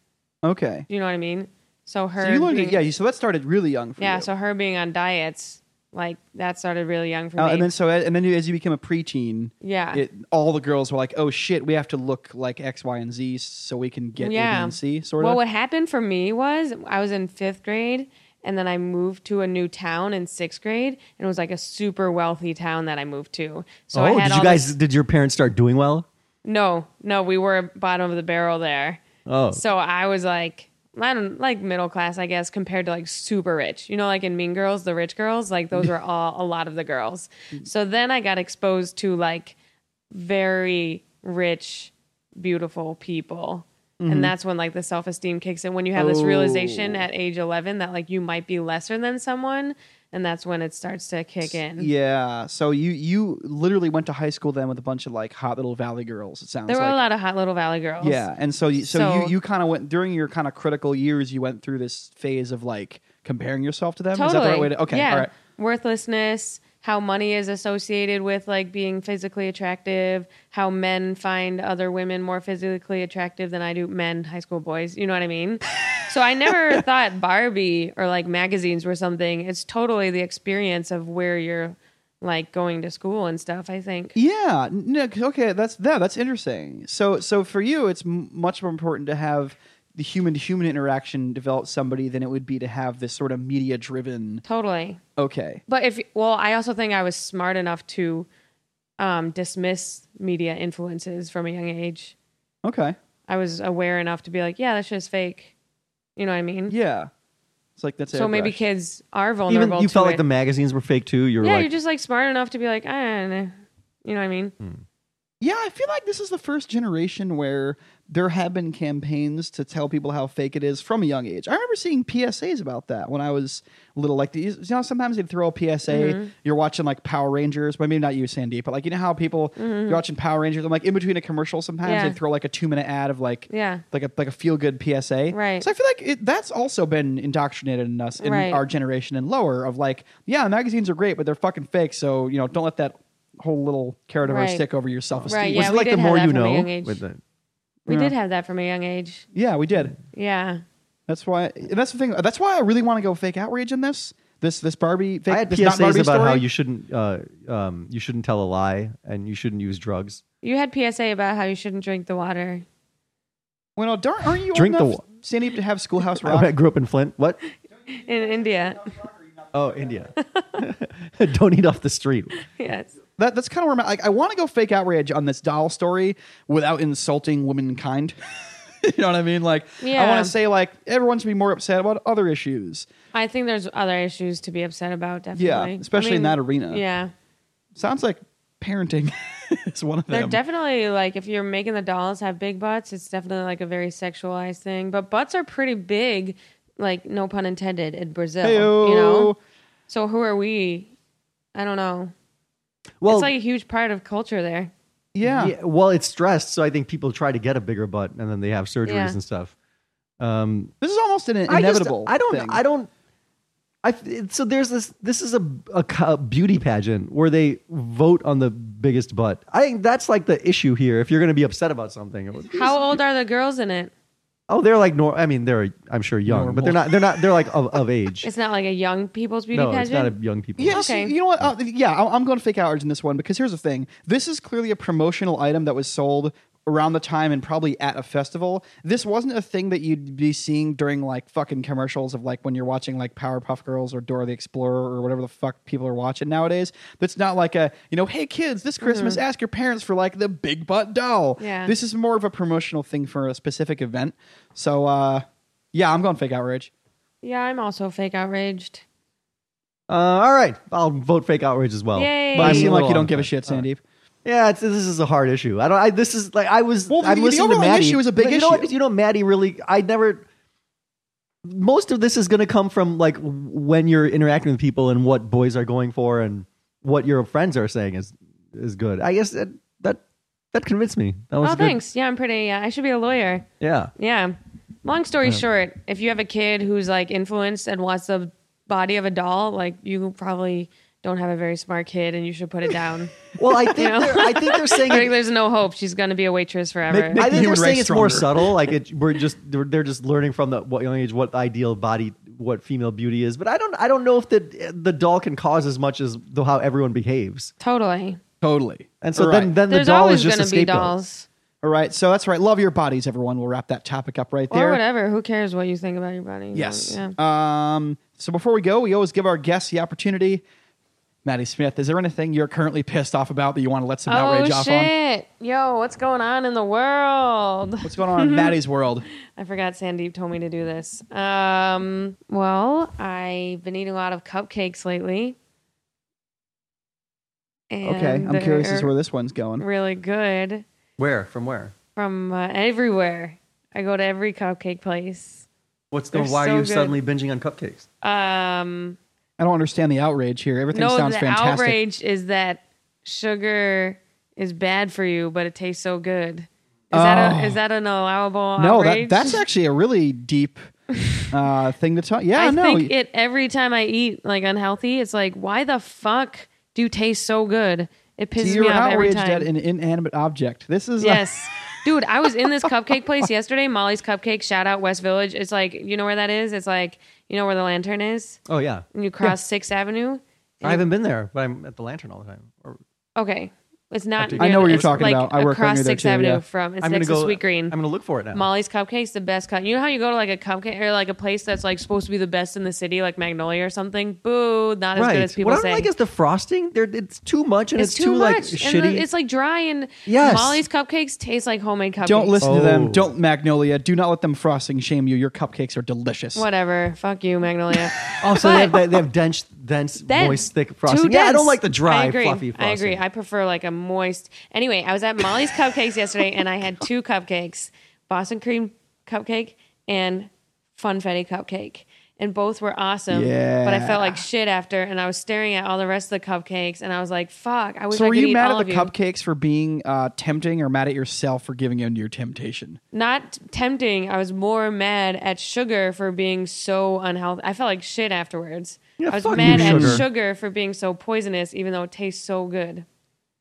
[SPEAKER 2] okay.
[SPEAKER 3] Do you know what I mean? So her,
[SPEAKER 2] So you learned,
[SPEAKER 3] being,
[SPEAKER 2] it, yeah. You, so that started really young for
[SPEAKER 3] yeah.
[SPEAKER 2] you.
[SPEAKER 3] So her being on diets, like that started really young for
[SPEAKER 2] Uh,
[SPEAKER 3] me.
[SPEAKER 2] and then so and then as you became a preteen,
[SPEAKER 3] Yeah.
[SPEAKER 2] it, all the girls were like, "Oh shit, we have to look like X, Y, and Z so we can get A, B, and C." Sort
[SPEAKER 3] well,
[SPEAKER 2] of.
[SPEAKER 3] what happened for me was I was in fifth grade and then I moved to a new town in sixth grade and it was like a super wealthy town that I moved to. So I
[SPEAKER 1] oh,
[SPEAKER 3] had
[SPEAKER 1] did
[SPEAKER 3] all
[SPEAKER 1] you
[SPEAKER 3] this-
[SPEAKER 1] guys? Did your parents start doing well?
[SPEAKER 3] No, no, we were bottom of the barrel there.
[SPEAKER 1] Oh.
[SPEAKER 3] So I was like, I don't like middle class, I guess, compared to like super rich. You know, like in Mean Girls, the rich girls, like those were all a lot of the girls. So then I got exposed to like very rich, beautiful people. And that's when like the self esteem kicks in when you have this realization
[SPEAKER 2] Mm-hmm. Oh.
[SPEAKER 3] at age 11 that like you might be lesser than someone. And that's when it starts to kick in.
[SPEAKER 2] yeah. So you you literally went to high school then with a bunch of like hot little valley girls. It sounds
[SPEAKER 3] There were
[SPEAKER 2] like.
[SPEAKER 3] a lot of hot little valley girls.
[SPEAKER 2] yeah, and so you, so, you
[SPEAKER 3] So-
[SPEAKER 2] you kind of went during your kind of critical years. You went through this phase of like comparing yourself to them.
[SPEAKER 3] Totally.
[SPEAKER 2] Is that the right way to? Okay,
[SPEAKER 3] Yeah.
[SPEAKER 2] all right.
[SPEAKER 3] Worthlessness, how money is associated with like being physically attractive, how men find other women more physically attractive than I do men, high school boys. You know what I mean? so I never thought Barbie or like magazines were something. It's totally the experience of where you're like going to school and stuff, I think.
[SPEAKER 2] Yeah. No, c- okay. That's that. That's interesting. So so for you, it's m- much more important to have the human to human interaction develop somebody than it would be to have this sort of media driven.
[SPEAKER 3] Totally.
[SPEAKER 2] Okay.
[SPEAKER 3] But if well, I also think I was smart enough to um, dismiss media influences from a young age.
[SPEAKER 2] Okay.
[SPEAKER 3] I was aware enough to be like, yeah, that shit's fake. You know what I mean?
[SPEAKER 2] Yeah. It's like that's
[SPEAKER 3] so maybe
[SPEAKER 2] airbrushed.
[SPEAKER 3] kids are
[SPEAKER 1] Even
[SPEAKER 3] vulnerable.
[SPEAKER 1] you
[SPEAKER 3] to
[SPEAKER 1] felt
[SPEAKER 3] it.
[SPEAKER 1] like the magazines were fake too. You were
[SPEAKER 3] yeah,
[SPEAKER 1] like,
[SPEAKER 3] you're just like smart enough to be like, I don't know. You know what I mean?
[SPEAKER 1] Hmm.
[SPEAKER 2] Yeah, I feel like this is the first generation where there have been campaigns to tell people how fake it is from a young age. I remember seeing PSAs about that when I was little. Like, these- you know, sometimes they'd throw a PSA. You're watching like Power Rangers, but maybe not you, Sandy, but like you know how people you're watching Power Rangers. I'm like in between a commercial. Sometimes
[SPEAKER 3] Yeah.
[SPEAKER 2] they throw like a two minute ad of like
[SPEAKER 3] Yeah.
[SPEAKER 2] like a like a feel good PSA.
[SPEAKER 3] Right.
[SPEAKER 2] So I feel like it, that's also been indoctrinated in us in
[SPEAKER 3] Right.
[SPEAKER 2] our generation and lower of like yeah, magazines are great, but they're fucking fake. So you know, don't let that whole little carrot of a
[SPEAKER 3] Right.
[SPEAKER 2] stick over your self esteem.
[SPEAKER 3] Right,
[SPEAKER 1] was
[SPEAKER 3] yeah,
[SPEAKER 1] it
[SPEAKER 3] we
[SPEAKER 1] like the
[SPEAKER 3] did have
[SPEAKER 1] more
[SPEAKER 3] that
[SPEAKER 1] you
[SPEAKER 3] from a
[SPEAKER 1] know?
[SPEAKER 3] young age.
[SPEAKER 1] With the-
[SPEAKER 3] We
[SPEAKER 2] Yeah.
[SPEAKER 3] did have that from a young age.
[SPEAKER 2] Yeah, we did.
[SPEAKER 3] Yeah.
[SPEAKER 2] That's why. And that's the thing. That's why I really want to go fake outrage in this. This this Barbie. Fake,
[SPEAKER 1] I had
[SPEAKER 2] this not
[SPEAKER 1] PSAs about
[SPEAKER 2] Barbie story.
[SPEAKER 1] how you shouldn't, uh, um, you shouldn't tell a lie, and you shouldn't use drugs.
[SPEAKER 3] You had PSA about how you shouldn't drink the water.
[SPEAKER 2] Well, no, darn, aren't you
[SPEAKER 1] Drink
[SPEAKER 2] old
[SPEAKER 1] the
[SPEAKER 2] enough,
[SPEAKER 1] wa-
[SPEAKER 2] Sandy, to have Schoolhouse
[SPEAKER 1] I
[SPEAKER 2] Rock?
[SPEAKER 1] grew up in Flint. What?
[SPEAKER 3] In India.
[SPEAKER 1] Oh, India. Don't eat off the street.
[SPEAKER 3] yes.
[SPEAKER 2] That, that's kind of where I'm at. Like, I want to go fake outrage on this doll story without insulting womankind. you know what I mean? Like, I
[SPEAKER 3] Yeah.
[SPEAKER 2] want to say like everyone should be more upset about other issues.
[SPEAKER 3] I think there's other issues to be upset about, definitely.
[SPEAKER 2] especially in that arena.
[SPEAKER 3] Yeah.
[SPEAKER 2] Sounds like parenting is one of
[SPEAKER 3] They're
[SPEAKER 2] them.
[SPEAKER 3] definitely like if you're making the dolls have big butts, it's definitely like a very sexualized thing. But butts are pretty big, like no pun intended, in Brazil. You know. So who are we? I don't know.
[SPEAKER 1] Well,
[SPEAKER 3] it's like a huge part of culture there.
[SPEAKER 2] yeah.
[SPEAKER 1] Yeah, well, it's stressed, so I think people try to get a bigger butt, and then they have surgeries
[SPEAKER 3] Yeah.
[SPEAKER 1] and stuff. Um,
[SPEAKER 2] This is almost an
[SPEAKER 1] I just-
[SPEAKER 2] inevitable.
[SPEAKER 1] I, don't.
[SPEAKER 2] thing.
[SPEAKER 1] I don't. I f- so there's this. This is a, a co- beauty pageant where they vote on the biggest butt. I think that's like the issue here. If you're going to be upset about something,
[SPEAKER 3] How old are the girls in it?
[SPEAKER 1] oh, they're like nor. I mean, they're I'm sure young, but they're not. They're not. They're like of, of age.
[SPEAKER 3] It's not like a young people's beauty
[SPEAKER 1] no, it's
[SPEAKER 3] pageant.
[SPEAKER 1] not a young people.
[SPEAKER 2] Yeah, see,
[SPEAKER 3] Okay.
[SPEAKER 2] you know what? Uh, yeah, I- I'm going fake hours in this one because here's the thing: this is clearly a promotional item that was sold around the time and probably at a festival. This wasn't a thing that you'd be seeing during like fucking commercials of like when you're watching like Powerpuff Girls or Dora the Explorer or whatever the fuck people are watching nowadays. That's not like a you know, hey kids, this Christmas ask your parents for like the big butt doll.
[SPEAKER 3] Mm-hmm. Yeah.
[SPEAKER 2] this is more of a promotional thing for a specific event. So uh, yeah, I'm going fake outrage.
[SPEAKER 3] yeah, I'm also fake outraged.
[SPEAKER 1] Uh, all right, I'll vote fake outrage as well.
[SPEAKER 3] Yay.
[SPEAKER 1] But
[SPEAKER 2] I
[SPEAKER 1] I'm a
[SPEAKER 2] seem like
[SPEAKER 1] little
[SPEAKER 2] you don't
[SPEAKER 1] on
[SPEAKER 2] give a
[SPEAKER 1] the
[SPEAKER 2] shit,
[SPEAKER 1] fence. All right.
[SPEAKER 2] Sandeep.
[SPEAKER 1] Yeah, it's, this is a hard issue. I don't. I, this is like I was.
[SPEAKER 2] Well,
[SPEAKER 1] I
[SPEAKER 2] the- the
[SPEAKER 1] listened to
[SPEAKER 2] overall
[SPEAKER 1] Maddie.
[SPEAKER 2] issue is a big
[SPEAKER 1] But you Know what,
[SPEAKER 2] issue.
[SPEAKER 1] you know, Maddie really. I never. Most of this is going to come from like when you're interacting with people and what boys are going for and what your friends are saying is is good. I guess that that, that convinced me. That was
[SPEAKER 3] Oh,
[SPEAKER 1] good.
[SPEAKER 3] thanks. Yeah, I'm pretty. Uh, I should be a lawyer.
[SPEAKER 1] Yeah.
[SPEAKER 3] Yeah. Long story short, if you have a kid who's like influenced and wants the body of a doll, like you probably don't have a very smart kid, and you should put it down.
[SPEAKER 1] Well, I think
[SPEAKER 3] know?
[SPEAKER 1] they're, I think they're saying.
[SPEAKER 3] like, there's no hope. She's gonna be a waitress forever.
[SPEAKER 1] I think
[SPEAKER 2] human
[SPEAKER 1] they're
[SPEAKER 2] race
[SPEAKER 1] saying it's more
[SPEAKER 2] stronger.
[SPEAKER 1] subtle. Like it, we're just they're, they're just learning from the what young age what the ideal body, what female beauty is. But I don't I don't know if the the doll can cause as much as the, how everyone behaves.
[SPEAKER 3] totally.
[SPEAKER 2] Totally.
[SPEAKER 1] And so
[SPEAKER 2] Right.
[SPEAKER 1] then, then the
[SPEAKER 3] There's
[SPEAKER 1] doll
[SPEAKER 3] always
[SPEAKER 1] is just
[SPEAKER 3] gonna
[SPEAKER 1] a
[SPEAKER 3] be
[SPEAKER 1] scapegoat.
[SPEAKER 3] dolls
[SPEAKER 2] All right, so that's right. Love your bodies, everyone. We'll wrap that topic up right there.
[SPEAKER 3] or whatever. Who cares what you think about your body?
[SPEAKER 2] Yes.
[SPEAKER 3] Yeah.
[SPEAKER 2] Um, so before we go, we always give our guests the opportunity. Maddie Smith, is there anything you're currently pissed off about that you want to let some outrage
[SPEAKER 3] Oh
[SPEAKER 2] off on?
[SPEAKER 3] shit! Yo, what's going on in the world?
[SPEAKER 2] What's going on in Maddie's world?
[SPEAKER 3] I forgot Sandeep told me to do this. Um, well, I've been eating a lot of cupcakes lately. And
[SPEAKER 2] Okay, I'm curious as to
[SPEAKER 3] they're
[SPEAKER 2] where this one's going.
[SPEAKER 3] really good
[SPEAKER 1] Where? From where?
[SPEAKER 3] from uh, everywhere. I go to every cupcake place.
[SPEAKER 1] What's
[SPEAKER 3] They're so good.
[SPEAKER 1] binging on cupcakes?
[SPEAKER 3] Um,
[SPEAKER 2] I don't understand the outrage here. Everything
[SPEAKER 3] no,
[SPEAKER 2] sounds
[SPEAKER 3] the
[SPEAKER 2] fantastic.
[SPEAKER 3] outrage is that sugar is bad for you, but it tastes so good. Is that
[SPEAKER 2] Oh.
[SPEAKER 3] a, is that an allowable
[SPEAKER 2] No, that,
[SPEAKER 3] outrage?
[SPEAKER 2] that's actually a really deep uh, thing to talk. Yeah,
[SPEAKER 3] I
[SPEAKER 2] no,
[SPEAKER 3] think it every time I eat like unhealthy, it's like, why the fuck do you taste so good? It
[SPEAKER 2] so
[SPEAKER 3] pisses
[SPEAKER 2] you're
[SPEAKER 3] me off every
[SPEAKER 2] outraged
[SPEAKER 3] time.
[SPEAKER 2] at an inanimate object. This is uh,
[SPEAKER 3] yes. Dude, I was in this cupcake place yesterday, Molly's Cupcake, shout out West Village. It's like, you know where that is? It's like, you know where the lantern is?
[SPEAKER 1] Oh yeah,
[SPEAKER 3] And you cross 6th Avenue?
[SPEAKER 1] I haven't been there, but I'm at the Lantern all the time. Or-
[SPEAKER 3] Okay. It's not.
[SPEAKER 1] I
[SPEAKER 3] near
[SPEAKER 2] know
[SPEAKER 3] the-
[SPEAKER 2] what you're
[SPEAKER 3] it's
[SPEAKER 2] talking
[SPEAKER 3] like
[SPEAKER 2] about. I work right
[SPEAKER 3] across
[SPEAKER 2] near there,
[SPEAKER 3] 6th
[SPEAKER 2] too,
[SPEAKER 3] Avenue
[SPEAKER 2] yeah.
[SPEAKER 3] from. It's
[SPEAKER 1] I'm gonna
[SPEAKER 3] next to
[SPEAKER 1] go.
[SPEAKER 3] Sweet Green.
[SPEAKER 1] I'm gonna look for it now.
[SPEAKER 3] Molly's Cupcake's the best cut. You know how you go to like a cupcake or like a place that's like supposed to be the best in the city, like Magnolia or something? Boo, not as
[SPEAKER 1] right.
[SPEAKER 3] good as people
[SPEAKER 1] what I
[SPEAKER 3] say.
[SPEAKER 1] don't like is the frosting. There, it's too much and it's,
[SPEAKER 3] it's, too, much.
[SPEAKER 1] like
[SPEAKER 3] and the-
[SPEAKER 1] shitty.
[SPEAKER 3] it's like dry and
[SPEAKER 1] Yes.
[SPEAKER 3] Molly's cupcakes taste like homemade cupcakes.
[SPEAKER 2] Don't listen to
[SPEAKER 1] Oh.
[SPEAKER 2] them. Don't Magnolia. Do not let them frosting shame you. Your cupcakes are delicious.
[SPEAKER 3] Whatever. Fuck you, Magnolia.
[SPEAKER 1] also, they have,
[SPEAKER 3] But-
[SPEAKER 1] they they have dense, dense,
[SPEAKER 3] Dense.
[SPEAKER 1] moist, thick
[SPEAKER 3] Too
[SPEAKER 1] frosting. Yeah, I don't
[SPEAKER 3] dense.
[SPEAKER 1] like the dry,
[SPEAKER 3] I agree.
[SPEAKER 1] fluffy frosting.
[SPEAKER 3] I agree. I prefer like a moist. Anyway, I was at Molly's Cupcakes yesterday and I had two cupcakes Boston cream cupcake and Funfetti cupcake. And both were awesome. But I felt like shit after. And I was staring at all the rest of the cupcakes and I was like, fuck, I wish
[SPEAKER 2] So
[SPEAKER 3] I
[SPEAKER 2] were
[SPEAKER 3] could
[SPEAKER 2] you
[SPEAKER 3] eat
[SPEAKER 2] mad
[SPEAKER 3] all
[SPEAKER 2] at
[SPEAKER 3] of
[SPEAKER 2] the
[SPEAKER 3] you.
[SPEAKER 2] cupcakes for being uh, tempting, or mad at yourself for giving in to your temptation?
[SPEAKER 3] not tempting. I was more mad at sugar for being so unhealthy. I felt like shit afterwards.
[SPEAKER 1] Yeah,
[SPEAKER 3] I was
[SPEAKER 1] fuck you,
[SPEAKER 3] mad at
[SPEAKER 1] sugar.
[SPEAKER 3] sugar for being so poisonous, even though it tastes so good.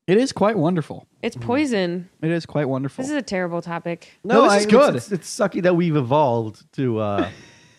[SPEAKER 2] It is quite wonderful.
[SPEAKER 1] Mm.
[SPEAKER 3] It's poison.
[SPEAKER 2] It is quite wonderful.
[SPEAKER 3] This is a terrible topic.
[SPEAKER 2] No, this is
[SPEAKER 1] I-
[SPEAKER 2] good.
[SPEAKER 1] It's, it's sucky that we've evolved to uh,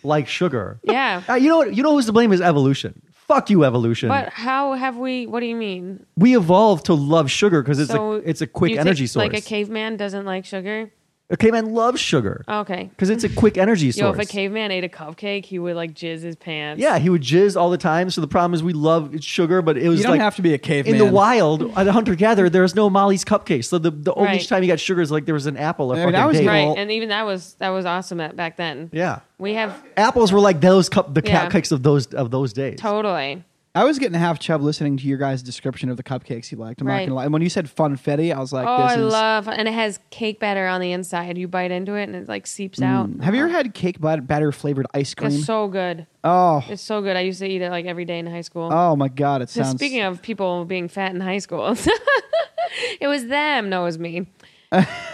[SPEAKER 1] like sugar.
[SPEAKER 3] Yeah.
[SPEAKER 1] Uh, you know what? You know who's to blame is evolution. Fuck you, evolution.
[SPEAKER 3] But how have we? What do you mean?
[SPEAKER 1] we evolved to love sugar because it's a it's a quick
[SPEAKER 3] you
[SPEAKER 1] energy
[SPEAKER 3] think,
[SPEAKER 1] sourse.
[SPEAKER 3] Like a caveman doesn't like sugar.
[SPEAKER 1] a caveman loves sugar
[SPEAKER 3] Okay.
[SPEAKER 1] because it's a quick energy
[SPEAKER 3] Yo,
[SPEAKER 1] source.
[SPEAKER 3] if Uh, a caveman ate a cupcake, he would like jizz his pants.
[SPEAKER 1] yeah, he would jizz all the time. So the problem is we love sugar, but it was
[SPEAKER 2] you don't
[SPEAKER 1] like
[SPEAKER 2] have to be a
[SPEAKER 1] in
[SPEAKER 2] caveman.
[SPEAKER 1] the wild at a hunter gatherer. There's no Molly's cupcakes, so the the only
[SPEAKER 3] Right.
[SPEAKER 1] time you got sugar is like there was an apple or
[SPEAKER 2] I mean,
[SPEAKER 1] fucking
[SPEAKER 2] I was
[SPEAKER 1] date.
[SPEAKER 2] Right.
[SPEAKER 3] Right.
[SPEAKER 2] Well-
[SPEAKER 3] and even that was that was awesome at, back then.
[SPEAKER 1] Yeah,
[SPEAKER 3] We have
[SPEAKER 1] apples were like those cup the
[SPEAKER 3] Yeah.
[SPEAKER 1] cupcakes of those of those days.
[SPEAKER 3] totally.
[SPEAKER 2] I was getting half chub listening to your guys' description of the cupcakes you liked. I'm not
[SPEAKER 3] Right.
[SPEAKER 2] gonna lie. And when you said funfetti, I was like,
[SPEAKER 3] Oh,
[SPEAKER 2] this
[SPEAKER 3] I
[SPEAKER 2] is.
[SPEAKER 3] love, and it has cake batter on the inside. You bite into it, and it like seeps out.
[SPEAKER 2] Mm. Have you ever had cake bat- batter flavored ice cream?
[SPEAKER 3] It's so good.
[SPEAKER 2] oh,
[SPEAKER 3] It's so good. I used to eat it like every day in high school.
[SPEAKER 2] oh my god! It sounds.
[SPEAKER 3] Speaking of people being fat in high school, it was them. No, it was me.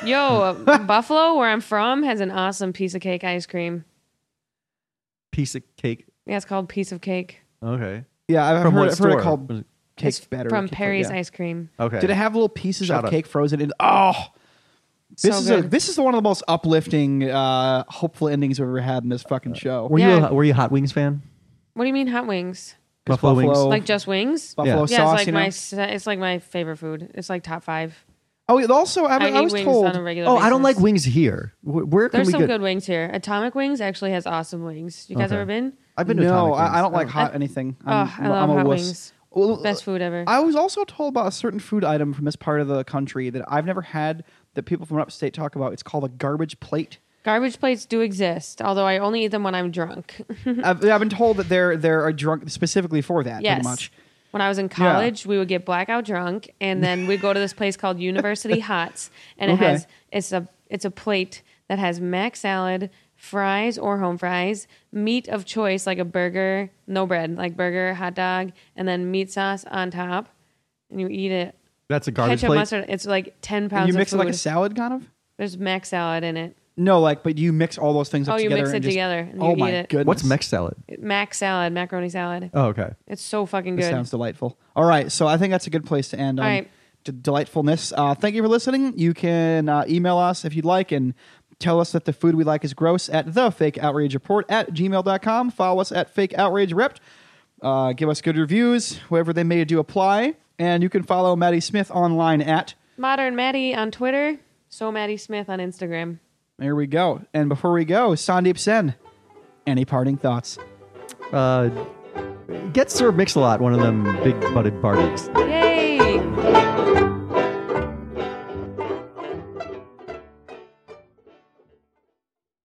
[SPEAKER 3] Yo, Buffalo, where I'm from, has an awesome piece of cake ice cream.
[SPEAKER 1] Piece of cake.
[SPEAKER 3] Yeah, it's called piece of cake.
[SPEAKER 1] Okay.
[SPEAKER 2] yeah, I've
[SPEAKER 1] From
[SPEAKER 2] heard,
[SPEAKER 1] what
[SPEAKER 2] I've heard
[SPEAKER 1] store?
[SPEAKER 2] it called
[SPEAKER 1] Was it-
[SPEAKER 2] cake
[SPEAKER 3] It's
[SPEAKER 2] batter
[SPEAKER 3] from
[SPEAKER 2] cake-
[SPEAKER 3] Perry's
[SPEAKER 2] yeah.
[SPEAKER 3] ice cream.
[SPEAKER 1] Okay.
[SPEAKER 2] Did it have little pieces
[SPEAKER 1] Shout
[SPEAKER 2] of
[SPEAKER 1] out.
[SPEAKER 2] cake frozen in? Oh, this
[SPEAKER 3] so
[SPEAKER 2] is a
[SPEAKER 3] good.
[SPEAKER 2] this is one of the most uplifting, uh, hopeful endings we've ever had in this fucking show.
[SPEAKER 1] were you
[SPEAKER 3] Yeah.
[SPEAKER 1] a, were you a Hot Wings fan?
[SPEAKER 3] what do you mean hot wings?
[SPEAKER 2] 'Cause
[SPEAKER 1] Buffalo wings.
[SPEAKER 3] Like just wings?
[SPEAKER 2] Oh. buffalo
[SPEAKER 1] Yeah.
[SPEAKER 2] sauce.
[SPEAKER 3] Yeah, it's like
[SPEAKER 2] you know?
[SPEAKER 3] my se- it's like my favorite food. It's like top five.
[SPEAKER 2] oh, it also I,
[SPEAKER 3] I,
[SPEAKER 2] I
[SPEAKER 3] eat
[SPEAKER 2] was
[SPEAKER 3] wings
[SPEAKER 2] told.
[SPEAKER 3] on a regular.
[SPEAKER 1] Oh, I don't like
[SPEAKER 3] basis.
[SPEAKER 1] wings here. Where, where can
[SPEAKER 3] There's
[SPEAKER 1] we
[SPEAKER 3] some
[SPEAKER 1] get?
[SPEAKER 3] good wings here. Atomic Wings actually has awesome wings. You guys
[SPEAKER 1] Okay.
[SPEAKER 3] ever been?
[SPEAKER 1] I've been to
[SPEAKER 2] no,
[SPEAKER 1] Atomic Wings.
[SPEAKER 2] I, I don't like hot anything. I'm,
[SPEAKER 3] oh, I
[SPEAKER 2] am
[SPEAKER 3] love
[SPEAKER 2] a
[SPEAKER 3] hot
[SPEAKER 2] wuss.
[SPEAKER 3] wings.
[SPEAKER 2] Well, uh,
[SPEAKER 3] Best food ever.
[SPEAKER 2] I was also told about a certain food item from this part of the country that I've never had that people from upstate talk about. It's called a garbage plate.
[SPEAKER 3] Garbage plates do exist, although I only eat them when I'm drunk.
[SPEAKER 2] I've, I've been told that they're they're a drunk specifically for that.
[SPEAKER 3] yes.
[SPEAKER 2] Pretty much.
[SPEAKER 3] When I was in college, we would get blackout drunk, and then we'd go to this place called University Hots, and it
[SPEAKER 2] Okay.
[SPEAKER 3] has it's a it's a plate that has mac salad, fries or home fries, meat of choice like a burger, no bread, like burger, hot dog, and then meat sauce on top, and you eat it.
[SPEAKER 1] That's a garbage
[SPEAKER 3] Ketchup,
[SPEAKER 1] plate.
[SPEAKER 3] mustard. It's like ten
[SPEAKER 2] And
[SPEAKER 3] pounds.
[SPEAKER 2] you mix
[SPEAKER 3] of
[SPEAKER 2] it
[SPEAKER 3] food.
[SPEAKER 2] like a salad, kind of.
[SPEAKER 3] There's mac salad in it.
[SPEAKER 2] No, like, but you mix all those things up
[SPEAKER 3] Oh, you
[SPEAKER 2] together.
[SPEAKER 3] mix it
[SPEAKER 2] and just-
[SPEAKER 3] together and you
[SPEAKER 2] oh
[SPEAKER 3] eat
[SPEAKER 2] my
[SPEAKER 3] it.
[SPEAKER 2] goodness!
[SPEAKER 1] What's Mex salad?
[SPEAKER 3] Mac salad, macaroni salad.
[SPEAKER 1] Oh, okay.
[SPEAKER 3] It's so fucking
[SPEAKER 2] This
[SPEAKER 3] good.
[SPEAKER 2] sounds delightful. All right, so I think that's a good place to end on
[SPEAKER 3] All right.
[SPEAKER 2] d- delightfulness. Uh, thank you for listening. You can uh, email us if you'd like and tell us that the food we like is gross at the fake outrage report at gmail.com. Follow us at fake outrage rept. Uh, give us good reviews wherever they may do apply. And you can follow Maddie Smith online at
[SPEAKER 3] Modern Maddie on Twitter. So Maddie Smith on Instagram.
[SPEAKER 2] there we go. And before we go, Sandeep Sen, any parting thoughts?
[SPEAKER 1] Uh, get Sir Mix-a-Lot one of them big butted parties.
[SPEAKER 3] Yay!